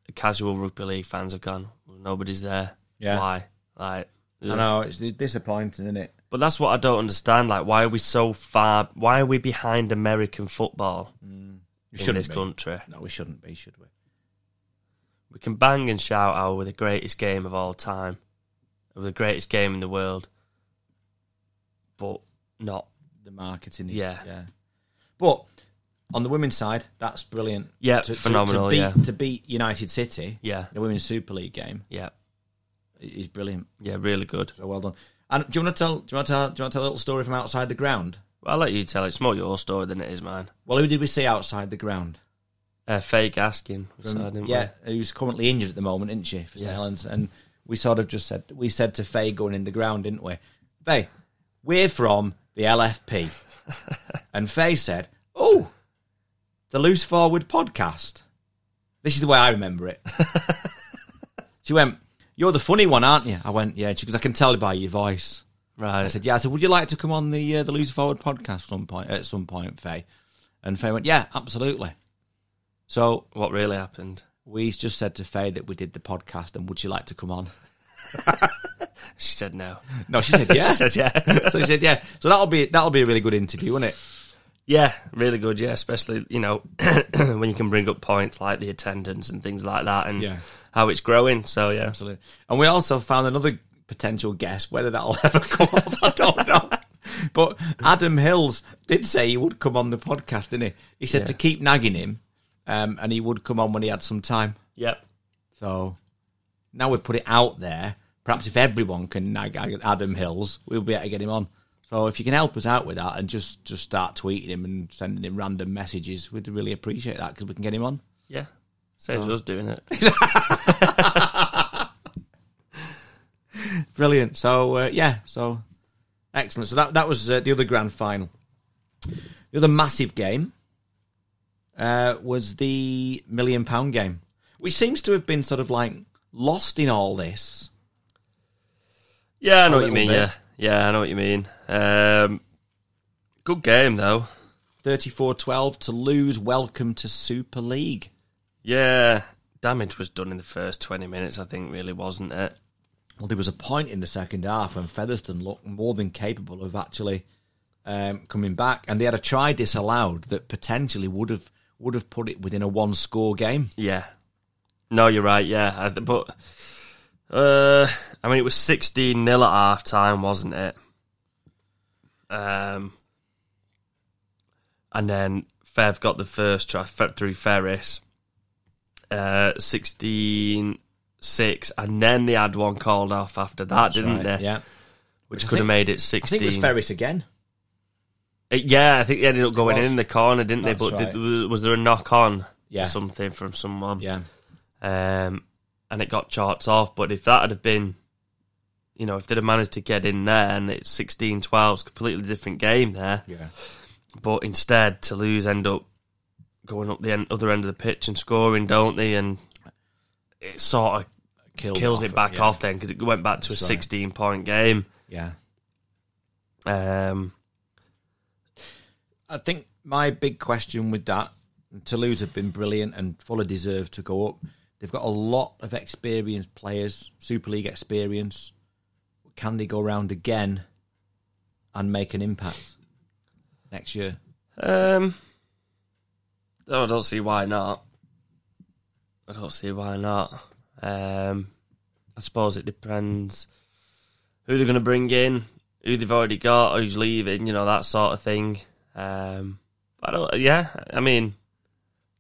A: the casual rugby league fans have gone. Well, nobody's there.
B: Yeah.
A: Why? Like,
B: I know it's disappointing, isn't it?
A: But that's what I don't understand. Like, why are we so far? Why are we behind American football
B: We
A: in this
B: be.
A: country?
B: No, we shouldn't be, should we?
A: We can bang and shout how we're the greatest game of all time, we're the greatest game in the world, but not.
B: The marketing, is,
A: Yeah.
B: yeah. But on the women's side, that's brilliant.
A: Yeah,
B: To- to,
A: phenomenal,
B: To, beat,
A: yeah.
B: to beat United City,
A: Yeah,
B: the women's Super League game
A: yeah,
B: i- is brilliant.
A: yeah. Really good.
B: So well done. And do you want to tell? Do you want to tell? Do you want to tell a little story from outside the ground?
A: Well, I'll let you tell it. It's more your story than it is mine.
B: Well, who did we see outside the ground?
A: Uh, fake asking.
B: from-
A: so I didn't
B: Mm. yeah, who's currently injured at the moment, isn't she, for St
A: Yeah.
B: Helens? And we sort of just said we said to Faye going in the ground, didn't we? Faye, we're from the LFP, and Faye said, "Oh, the Loose Forward podcast." This is the way I remember it. she went, "You're the funny one, aren't you?" I went, "Yeah," because I can tell by your voice.
A: Right.
B: I said, "Yeah." I said, "Would you like to come on the uh, the Loser Forward podcast some point at some point, Faye?" And Faye went, "Yeah, absolutely." So
A: What really happened?
B: we just said to Faye that we did the podcast and would you like to come on?
A: She said no.
B: No, she said yeah.
A: She said yeah.
B: so she said yeah. So that'll be that'll be a really good interview, won't it?
A: Yeah, really good. Yeah, especially you know when you can bring up points like the attendance and things like that, and
B: Yeah.
A: how it's growing. So yeah,
B: Absolutely. And we also found another potential guest. Whether that'll ever come off, I don't know. But Adam Hills did say he would come on the podcast, didn't he? He said
A: Yeah.
B: to keep nagging him, um, and he would come on when he had some time.
A: yep,
B: So Now we've put it out there. Perhaps if everyone can nag Adam Hills, we'll be able to get him on. So if you can help us out with that and just just start tweeting him and sending him random messages, we'd really appreciate that because we can get him on.
A: Yeah. Saves us doing it.
B: Brilliant. So uh, yeah, so excellent. So that that was uh, the other grand final. The other massive game uh, was the million pound game, which seems to have been sort of like lost in all this.
A: Yeah, I know what you
B: little
A: mean.
B: bit.
A: Yeah, yeah, I know what you mean. Um, good game though.
B: 34-12 to lose. Welcome to Super League.
A: Yeah, damage was done in the first twenty minutes. I think really wasn't it?
B: Well, there was a point in the second half when Featherstone looked more than capable of actually um, coming back, and they had a try disallowed that potentially would have would have put it within a one score game.
A: Yeah. No, you're right. Yeah, I, th- but uh, I mean, it was sixteen 0 at half time, wasn't it? Um, and then Fev got the first try Fe- through Ferris. Uh, 16 6, and then they had one called off after that, didn't
B: Right,
A: they?
B: Yeah,
A: which
B: I
A: could have
B: think-
A: made it
B: I
A: 16.
B: think it was Ferris again.
A: Uh, yeah, I think they ended up going
B: was.
A: in the corner, didn't
B: That's
A: they? But
B: right.
A: did, was, was there a knock on
B: Yeah.
A: or something from someone?
B: Yeah,
A: Um, and it got charts off. But if that had been, you know, if they'd have managed to get in there and it's 16 12, it's a completely different game there.
B: yeah.
A: But instead, Toulouse end up going up the end, other end of the pitch and scoring, don't they? And it sort of
B: Killed
A: kills
B: off
A: it back
B: yeah.
A: off then because it went back to a
B: That's right.
A: 16 point game.
B: Yeah,
A: Um,
B: I think my big question with that, Toulouse have been brilliant and Fuller deserve to go up. They've got a lot of experienced players, Super League experience. Can they go round again and make an impact next year?
A: Um, no, I don't see why not. I don't see why not. Um, I suppose it depends who they're going to bring in, who they've already got, who's leaving, you know, that sort of thing. Um, but I don't, yeah, I mean,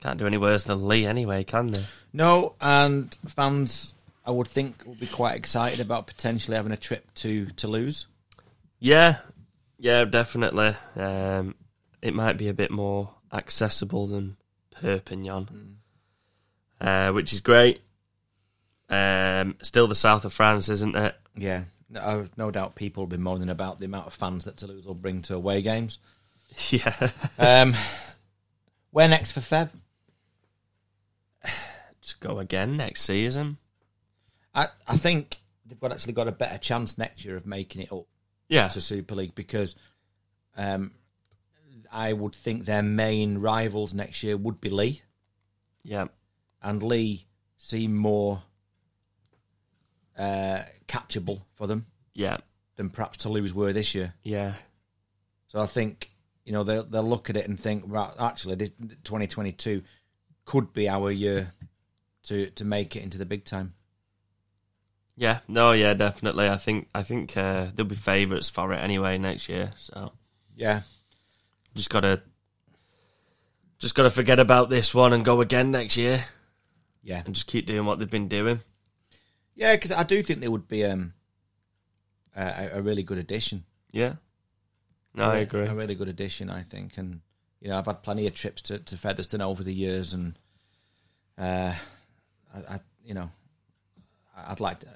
A: can't do any worse than Lee anyway, can they?
B: No, and fans, I would think, will be quite excited about potentially having a trip to Toulouse.
A: Yeah, yeah, definitely. Um, it might be a bit more accessible than Perpignan, uh, which is great. Um, still the south of France, isn't it?
B: Yeah, no, I've no doubt people will be moaning about the amount of fans that Toulouse will bring to away games.
A: Yeah,
B: Um, where next for Feb?
A: just go again next season.
B: I, I think they've got, actually got a better chance next year of making it up
A: Yeah,
B: to Super League because um, I would think their main rivals next year would be Lee,
A: yeah,
B: and Lee seem more uh, catchable for them
A: yeah,
B: than perhaps Toulouse were this year.
A: yeah,
B: So I think you know they'll they'll look at it and think, right, actually, this 2022 could be our year to to make it into the big time.
A: yeah. No, yeah, definitely. I think I think uh, they'll be favourites for it anyway next year. So
B: Yeah,
A: just gotta just gotta forget about this one and go again next year
B: yeah.
A: and just keep doing what they've been doing.
B: Yeah, because I do think they would be um, a, a really good addition.
A: Yeah. No, I agree.
B: A really good addition, I think. And you know, I've had plenty of trips to, to Featherstone over the years, and uh, I, I you know, I- I'd like to,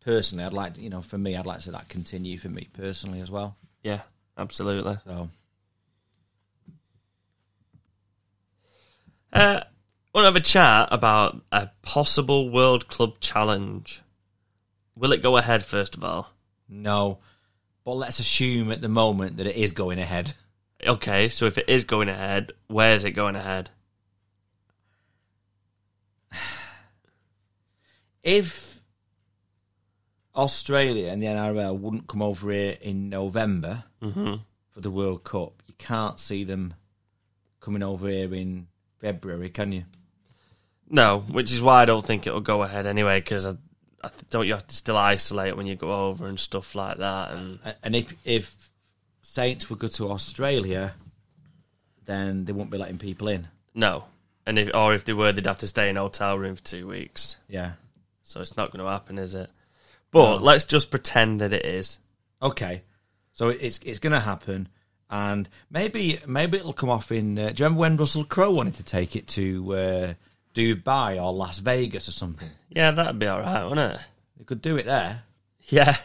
B: personally, I'd like to, you know, for me, I'd like to see that continue for me personally as well.
A: Yeah, absolutely.
B: So
A: Uh, we'll have a chat about a possible World Club Challenge. Will it go ahead, first of all?
B: no, but let's assume at the moment that it is going ahead.
A: Okay, so if it is going ahead, where's it going ahead?
B: If Australia and the NRL wouldn't come over here in November.
A: hmm
B: for the World Cup, you can't see them coming over here in February, can you?
A: No, which is why I don't think it'll go ahead anyway, because I, I th- don't you have to still isolate when you go over and stuff like that. And
B: A- And if if Saints would go to Australia, then they won't be letting people in.
A: No. And if, or if they were, they'd have to stay in a hotel room for two weeks.
B: Yeah,
A: So it's not going to happen, is it? But
B: No.
A: let's just pretend that it is.
B: Okay, so it's it's going to happen, and maybe maybe it'll come off in. Uh, do you remember when Russell Crowe wanted to take it to uh, Dubai or Las Vegas or something?
A: Yeah, that'd be all right, wouldn't it?
B: They could do it there.
A: Yeah,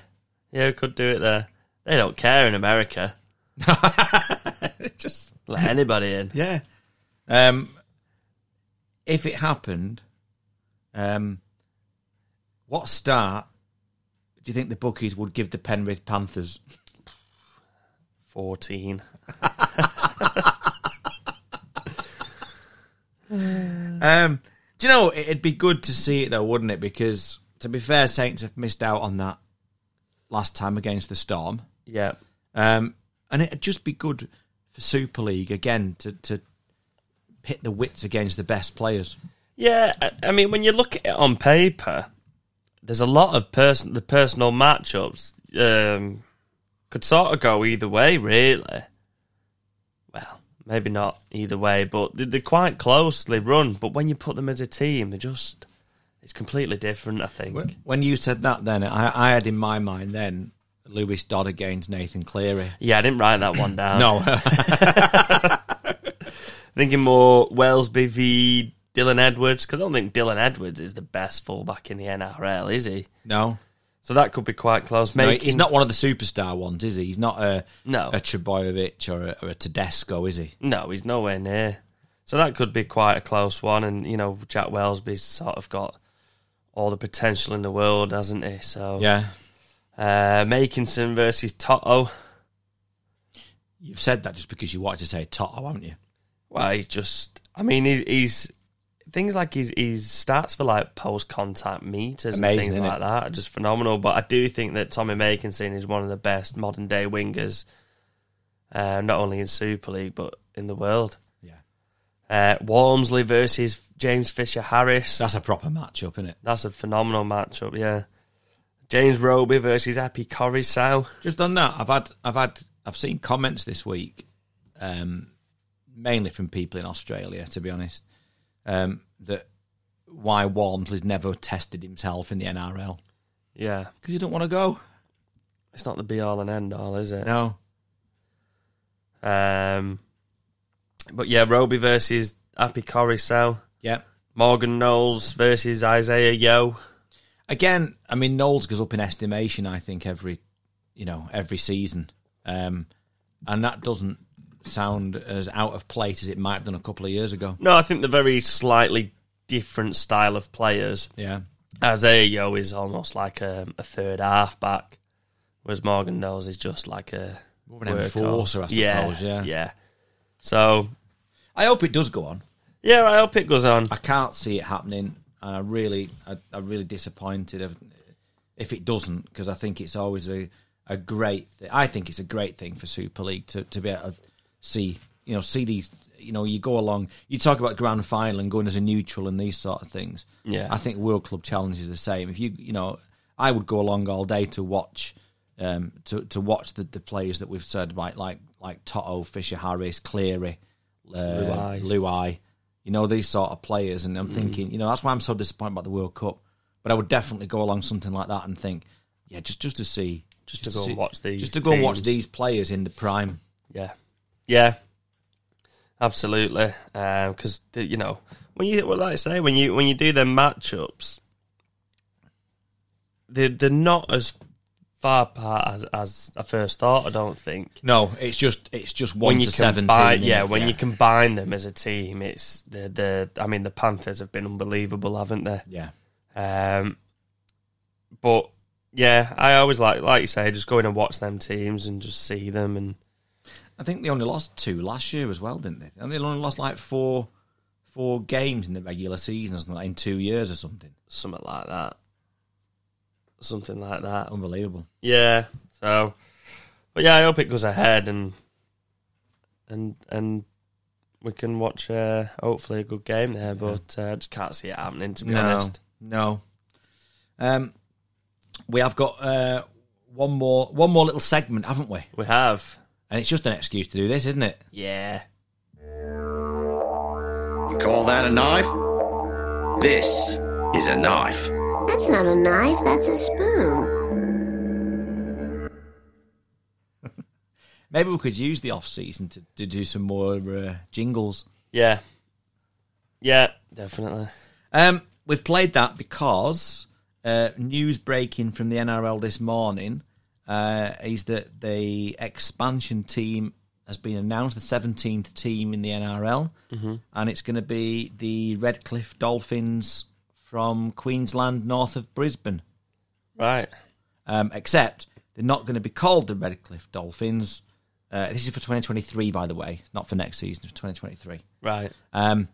A: yeah, we could do it there. They don't care in America.
B: Just
A: Let anybody in.
B: yeah. Um, if it happened, um, what start do you think the bookies would give the Penrith Panthers?
A: Fourteen.
B: Um, do you know it'd be good to see it though, wouldn't it? Because to be fair, Saints have missed out on that last time against the Storm,
A: Yeah,
B: um, and it'd just be good for Super League again to to pit the wits against the best players.
A: yeah. I, I mean, when you look at it on paper, there's a lot of person the personal matchups um, could sort of go either way, really. Well, maybe not either way, but they- they're quite closely run. But when you put them as a team, they're just it's completely different. I think.
B: When- When you said that, then I, I had in my mind then Lewis Dodd against Nathan Cleary.
A: Yeah, I didn't write that one down.
B: No,
A: Thinking more Wellesby v Dylan Edwards because I don't think Dylan Edwards is the best fullback in the NRL, is he?
B: no,
A: So that could be quite close.
B: no,
A: Making,
B: he's not one of the superstar ones, is he? He's not a
A: No.
B: a Trebojevic or a, or a Tedesco, is he?
A: No, he's nowhere near. So that could be quite a close one. And you know, Jack Wellesby's sort of got all the potential in the world, hasn't he? So
B: Yeah,
A: uh, Makinson versus Toto.
B: You've said that just because you wanted to say Toto, haven't you?
A: Well, he's just. I mean, he's, he's things like he's he's stats for like post contact meters
B: Amazing,
A: and things
B: isn't
A: like
B: it?
A: that are just phenomenal. But I do think that Tommy Makinson is one of the best modern day wingers, uh, not only in Super League but in the world.
B: Yeah.
A: Uh, Walmsley versus James Fisher Harris.
B: That's a proper matchup, isn't it?
A: That's a phenomenal matchup. Yeah. James Roby versus Happy Corrisau.
B: Just on that, I've had, I've had, I've seen comments this week, um, mainly from people in Australia, to be honest, um, that why Walmsley's never tested himself in the NRL
A: Yeah.
B: because you don't want to go.
A: It's not the be all and end all, is it?
B: No,
A: Um, but yeah, Roby versus Happy Corrisau.
B: yeah.
A: Morgan Knowles versus Isaiah Yo.
B: Again, I mean, Knowles goes up in estimation. I think every, you know, every season, um, and that doesn't sound as out of place as it might have done a couple of years ago.
A: No, I think they're very slightly different style of players.
B: Yeah.
A: Isaiah Yo is almost like a, a third half back, whereas Morgan Knowles is just like a
B: More of an enforcer, I suppose, yeah.
A: yeah. So
B: I hope it does go on.
A: yeah, I hope it goes on.
B: I can't see it happening, and I really, I, I'm really disappointed if, if it doesn't, because I think it's always a, a great. Th- I think it's a great thing for Super League to, to be able to see, you know, see these. You know, you go along. You talk about grand final and going as a neutral and these sort of things.
A: Yeah.
B: I think World Club Challenge is the same. If you, you know, I would go along all day to watch, um, to to watch the, the players that we've said like like like Toto, Fisher, Harris, Cleary, uh,
A: Luai. Mm.
B: Luai, you know, these sort of players. And I'm thinking, you know, that's why I'm so disappointed about the World Cup. But I would definitely go along something like that and think, yeah, just just to see,
A: Just to go and watch these
B: just to go and watch
A: teams.
B: these players in the prime.
A: Yeah, yeah, absolutely. Because you know when you well, like I say, when you when you do their matchups, they they're not as far apart as as I first thought. I don't think
B: No, it's just it's just one to seventeen.
A: combine,
B: isn't
A: yeah,
B: it?
A: when you combine them as a team, it's the the. I mean, the Panthers have been unbelievable, haven't they?
B: yeah.
A: Um, but yeah, I always like like you say, just go in and watch them teams and just see them and.
B: I think they only lost two last year as well, didn't they? And they only lost like four four games in the regular season or something like in two years or something.
A: something like that. Something like that.
B: Unbelievable.
A: Yeah. So, but yeah, I hope it goes ahead and and and we can watch uh, hopefully a good game there. But uh, I just can't see it happening to be honest.
B: No. Um, we have got uh, one more one more little segment, haven't we?
A: We have,
B: And it's just an excuse to do this, isn't it?
A: yeah,
E: You call that a knife? This is a knife. That's not a knife, that's a spoon.
B: Maybe we could use the off season to, to do some more uh, jingles.
A: Yeah. Yeah, definitely.
B: Um, we've played that because uh, news breaking from the NRL this morning uh, is that the expansion team has been announced, the 17th team in the NRL, and it's going to be the Redcliffe Dolphins from Queensland, north of Brisbane.
A: Right.
B: Um, except they're not going to be called the Redcliffe Dolphins. Uh, this is for 2023, by the way, not for next season, it's 2023.
A: Right.
B: Um,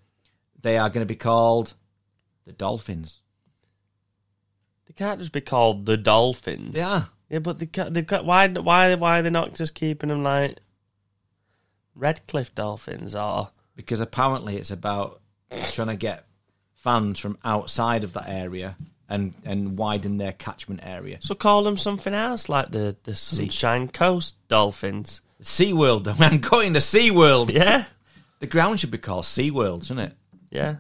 B: they are going to be called the Dolphins.
A: They can't just be called the Dolphins.
B: Yeah.
A: Yeah, but they can't, they've got why why why are they not just keeping them like Redcliffe Dolphins or
B: because apparently it's about it's trying to get fans from outside of that area and and widen their catchment area.
A: so call them something else like the the Sunshine Coast Dolphins.
B: SeaWorld, I'm going to SeaWorld.
A: Yeah.
B: The ground should be called SeaWorld, shouldn't it?
A: Yeah.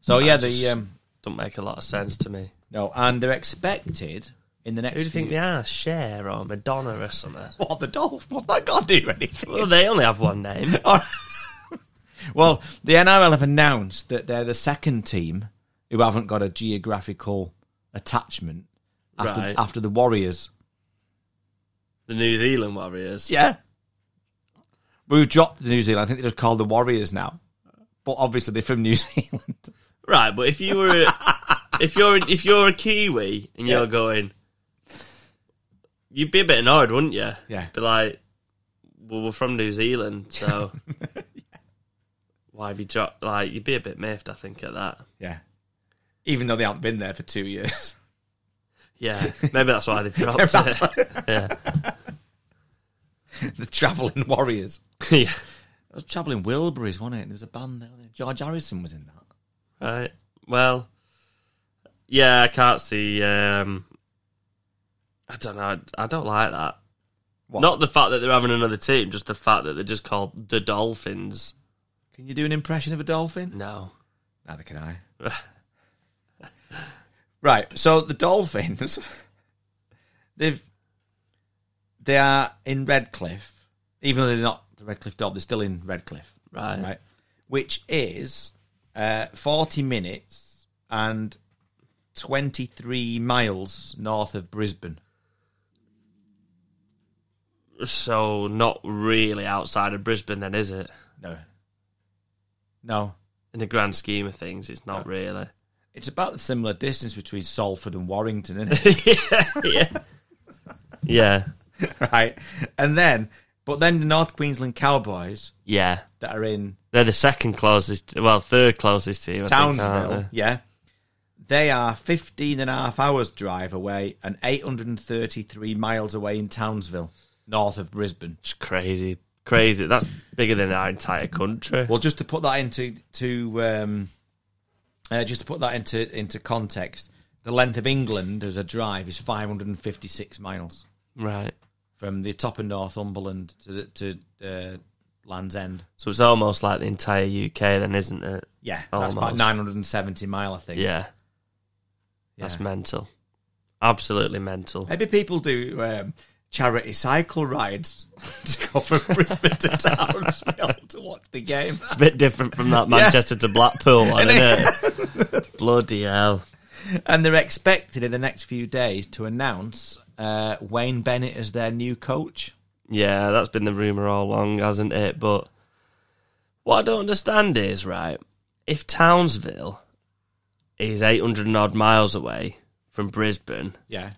B: So yeah,
A: just-
B: the um,
A: Don't make a lot of sense to me.
B: no, and they're expected in the next.
A: Who do you think
B: few-
A: they are? Cher or Madonna or something?
B: What the Dolphins? What's that got to do with anything?
A: well, they only have one name.
B: All right. well, the NRL have announced that they're the second team who haven't got a geographical attachment after
A: Right.
B: after the Warriors.
A: The New Zealand Warriors.
B: Yeah. We've dropped New Zealand. I think they're just called the Warriors now. But obviously they're from New Zealand.
A: Right, but if you were a, if you're if you're a Kiwi and you're
B: Yeah.
A: going, you'd be a bit annoyed, wouldn't you?
B: Yeah.
A: Be like, well, we're from New Zealand, so why have you dropped? Like, you'd be a bit miffed, I think, at that.
B: Yeah. Even though they haven't been there for two years.
A: Yeah, maybe that's why they've dropped
B: That's
A: it.
B: why-
A: Yeah,
B: the travelling Warriors.
A: yeah,
B: It was travelling Wilburys, wasn't it? There was a band there. wasn't it? George Harrison was in that.
A: right. Well, yeah, I can't see. Um, I don't know. I, I don't like that.
B: What?
A: Not the fact that they're having another team, just the fact that they're just called the Dolphins.
B: Can you do an impression of a dolphin?
A: No.
B: Neither can I. Right. So the Dolphins, they've they are in Redcliffe, even though they're not the Redcliffe Dolphins, they're still in Redcliffe,
A: Right.
B: Right, which is uh, forty minutes and twenty three miles north of Brisbane.
A: So not really outside of Brisbane, then, is it?
B: No, no,
A: In the grand scheme of things, it's not really.
B: it's about the similar distance between Salford and Warrington, isn't it?
A: yeah. Yeah.
B: right, and then but then the North Queensland Cowboys
A: Yeah.
B: that are in
A: They're the second closest, well, third closest team. I think, aren't
B: Townsville,
A: they?
B: yeah. They are 15 and a half hours drive away and 833 miles away in Townsville, north of Brisbane.
A: It's crazy. Crazy. That's bigger than our entire country.
B: Well, just to put that into to um, uh, just to put that into into context, the length of England as a drive is 556 miles
A: Right.
B: from the top of Northumberland to the, to uh, Land's End.
A: So it's almost like the entire UK, then, isn't it?
B: Yeah, that's about
A: Almost.
B: 970 mile, I think.
A: Yeah. That's mental. Absolutely mental.
B: Maybe people do um, charity cycle rides to go from Brisbane to Townsville to watch the game.
A: It's a bit different from that Manchester to Blackpool one, isn't it? Bloody hell.
B: And they're expected in the next few days to announce uh, Wayne Bennett as their new coach.
A: Yeah, that's been the rumor all along, hasn't it? But what I don't understand is, right, if Townsville is 800 and odd miles away from Brisbane
B: Yeah.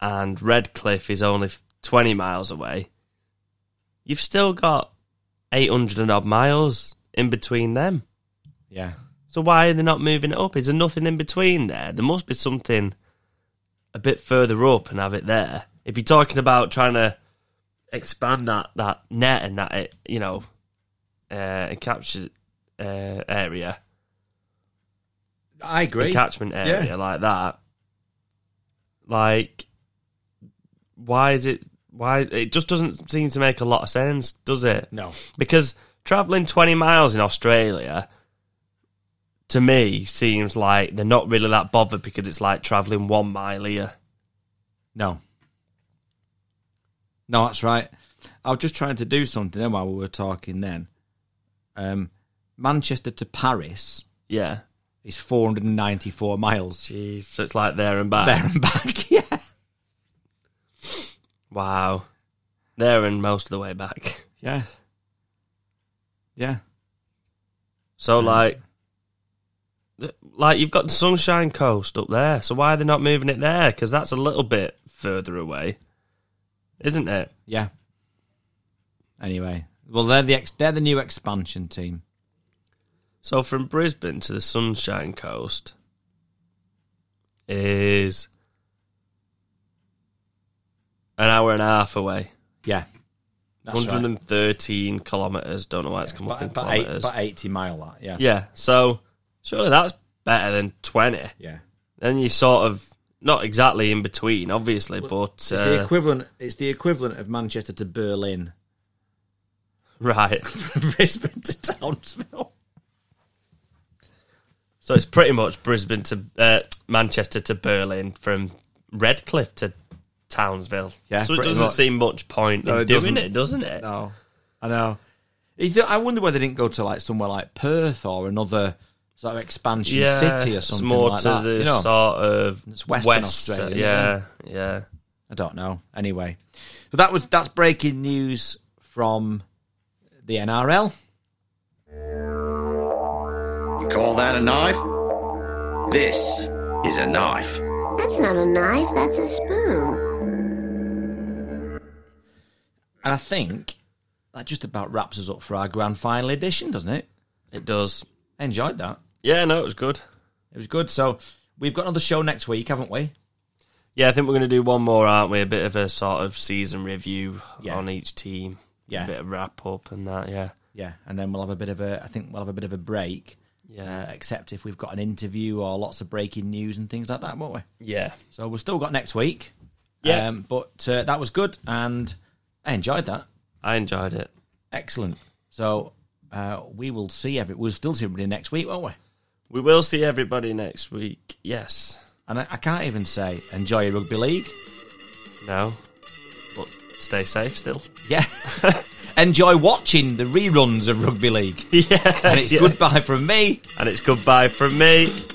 A: and Redcliffe is only 20 miles away, you've still got 800 and odd miles in between them.
B: Yeah.
A: So why are they not moving it up? Is there nothing in between there? There must be something a bit further up and have it there. If you're talking about trying to expand that, that net and that it, you know, uh, and capture uh, area,
B: I
A: the
B: agree.
A: catchment area
B: Yeah.
A: like that, like why is it? Why it just doesn't seem to make a lot of sense, does it?
B: no.
A: because traveling 20 miles in Australia to me seems like they're not really that bothered because it's like traveling one mile here.
B: No. No, that's right. I was just trying to do something then while we were talking then. Um, Manchester to Paris
A: Yeah.
B: is 494 miles
A: Jeez. So it's like there and back.
B: there and back. Yeah.
A: Wow. There and most of the way back.
B: Yeah. Yeah.
A: So like, like you've got the Sunshine Coast up there. So why are they not moving it there? Because that's a little bit further away, isn't it?
B: Yeah. Anyway, well they're the ex- they're the new expansion team.
A: So from Brisbane to the Sunshine Coast is an hour and a half away.
B: Yeah. That's right.
A: 113 kilometers. Don't know why it's come up in
B: But, but, eight,
A: kilometers.
B: but 80 mile that. Yeah.
A: yeah. So surely that's better than 20.
B: Yeah.
A: Then you sort of not exactly in between, obviously, but
B: It's the
A: uh,
B: equivalent it's the equivalent of Manchester to Berlin.
A: right.
B: Brisbane to Townsville.
A: So it's pretty much Brisbane to uh, Manchester to Berlin from Redcliffe to Townsville.
B: Yeah,
A: so it
B: pretty
A: doesn't
B: much.
A: seem much point
B: No,
A: in
B: it
A: doing
B: doesn't.
A: it, doesn't it?
B: No, I know. You th- I wonder why they didn't go to like somewhere like Perth or another sort of expansion city or something
A: It's more
B: like
A: to
B: that.
A: the
B: you know?
A: sort of
B: It's Western
A: west,
B: Australia,
A: Yeah, yeah.
B: I don't know. Anyway, so that was that's breaking news from the NRL.
F: You call that a knife? This is a knife.
E: That's not a knife, that's a spoon.
B: And I think that just about wraps us up for our grand final edition, doesn't it?
A: It does.
B: I enjoyed that.
A: Yeah, no, it was good.
B: It was good. So we've got another show next week, haven't we?
A: Yeah, I think we're going to do one more, aren't we? A bit of a sort of season review
B: Yeah.
A: on each team.
B: Yeah.
A: a bit of wrap up and that. Yeah,
B: Yeah, and then we'll have a bit of a. I think we'll have a bit of a break.
A: Yeah.
B: Uh, except if we've got an interview or lots of breaking news and things like that, won't we?
A: yeah,
B: So we've still got next week.
A: yeah.
B: Um, but uh, that was good, and I enjoyed that.
A: I enjoyed it.
B: Excellent. So uh, we will see every. We'll still see everybody next week, won't we?
A: We will see everybody next week. Yes.
B: And I, I can't even say enjoy your rugby league.
A: No. But stay safe still.
B: Yeah. enjoy watching the reruns of rugby league.
A: Yeah.
B: And it's
A: yeah.
B: goodbye from me.
A: And it's goodbye from me.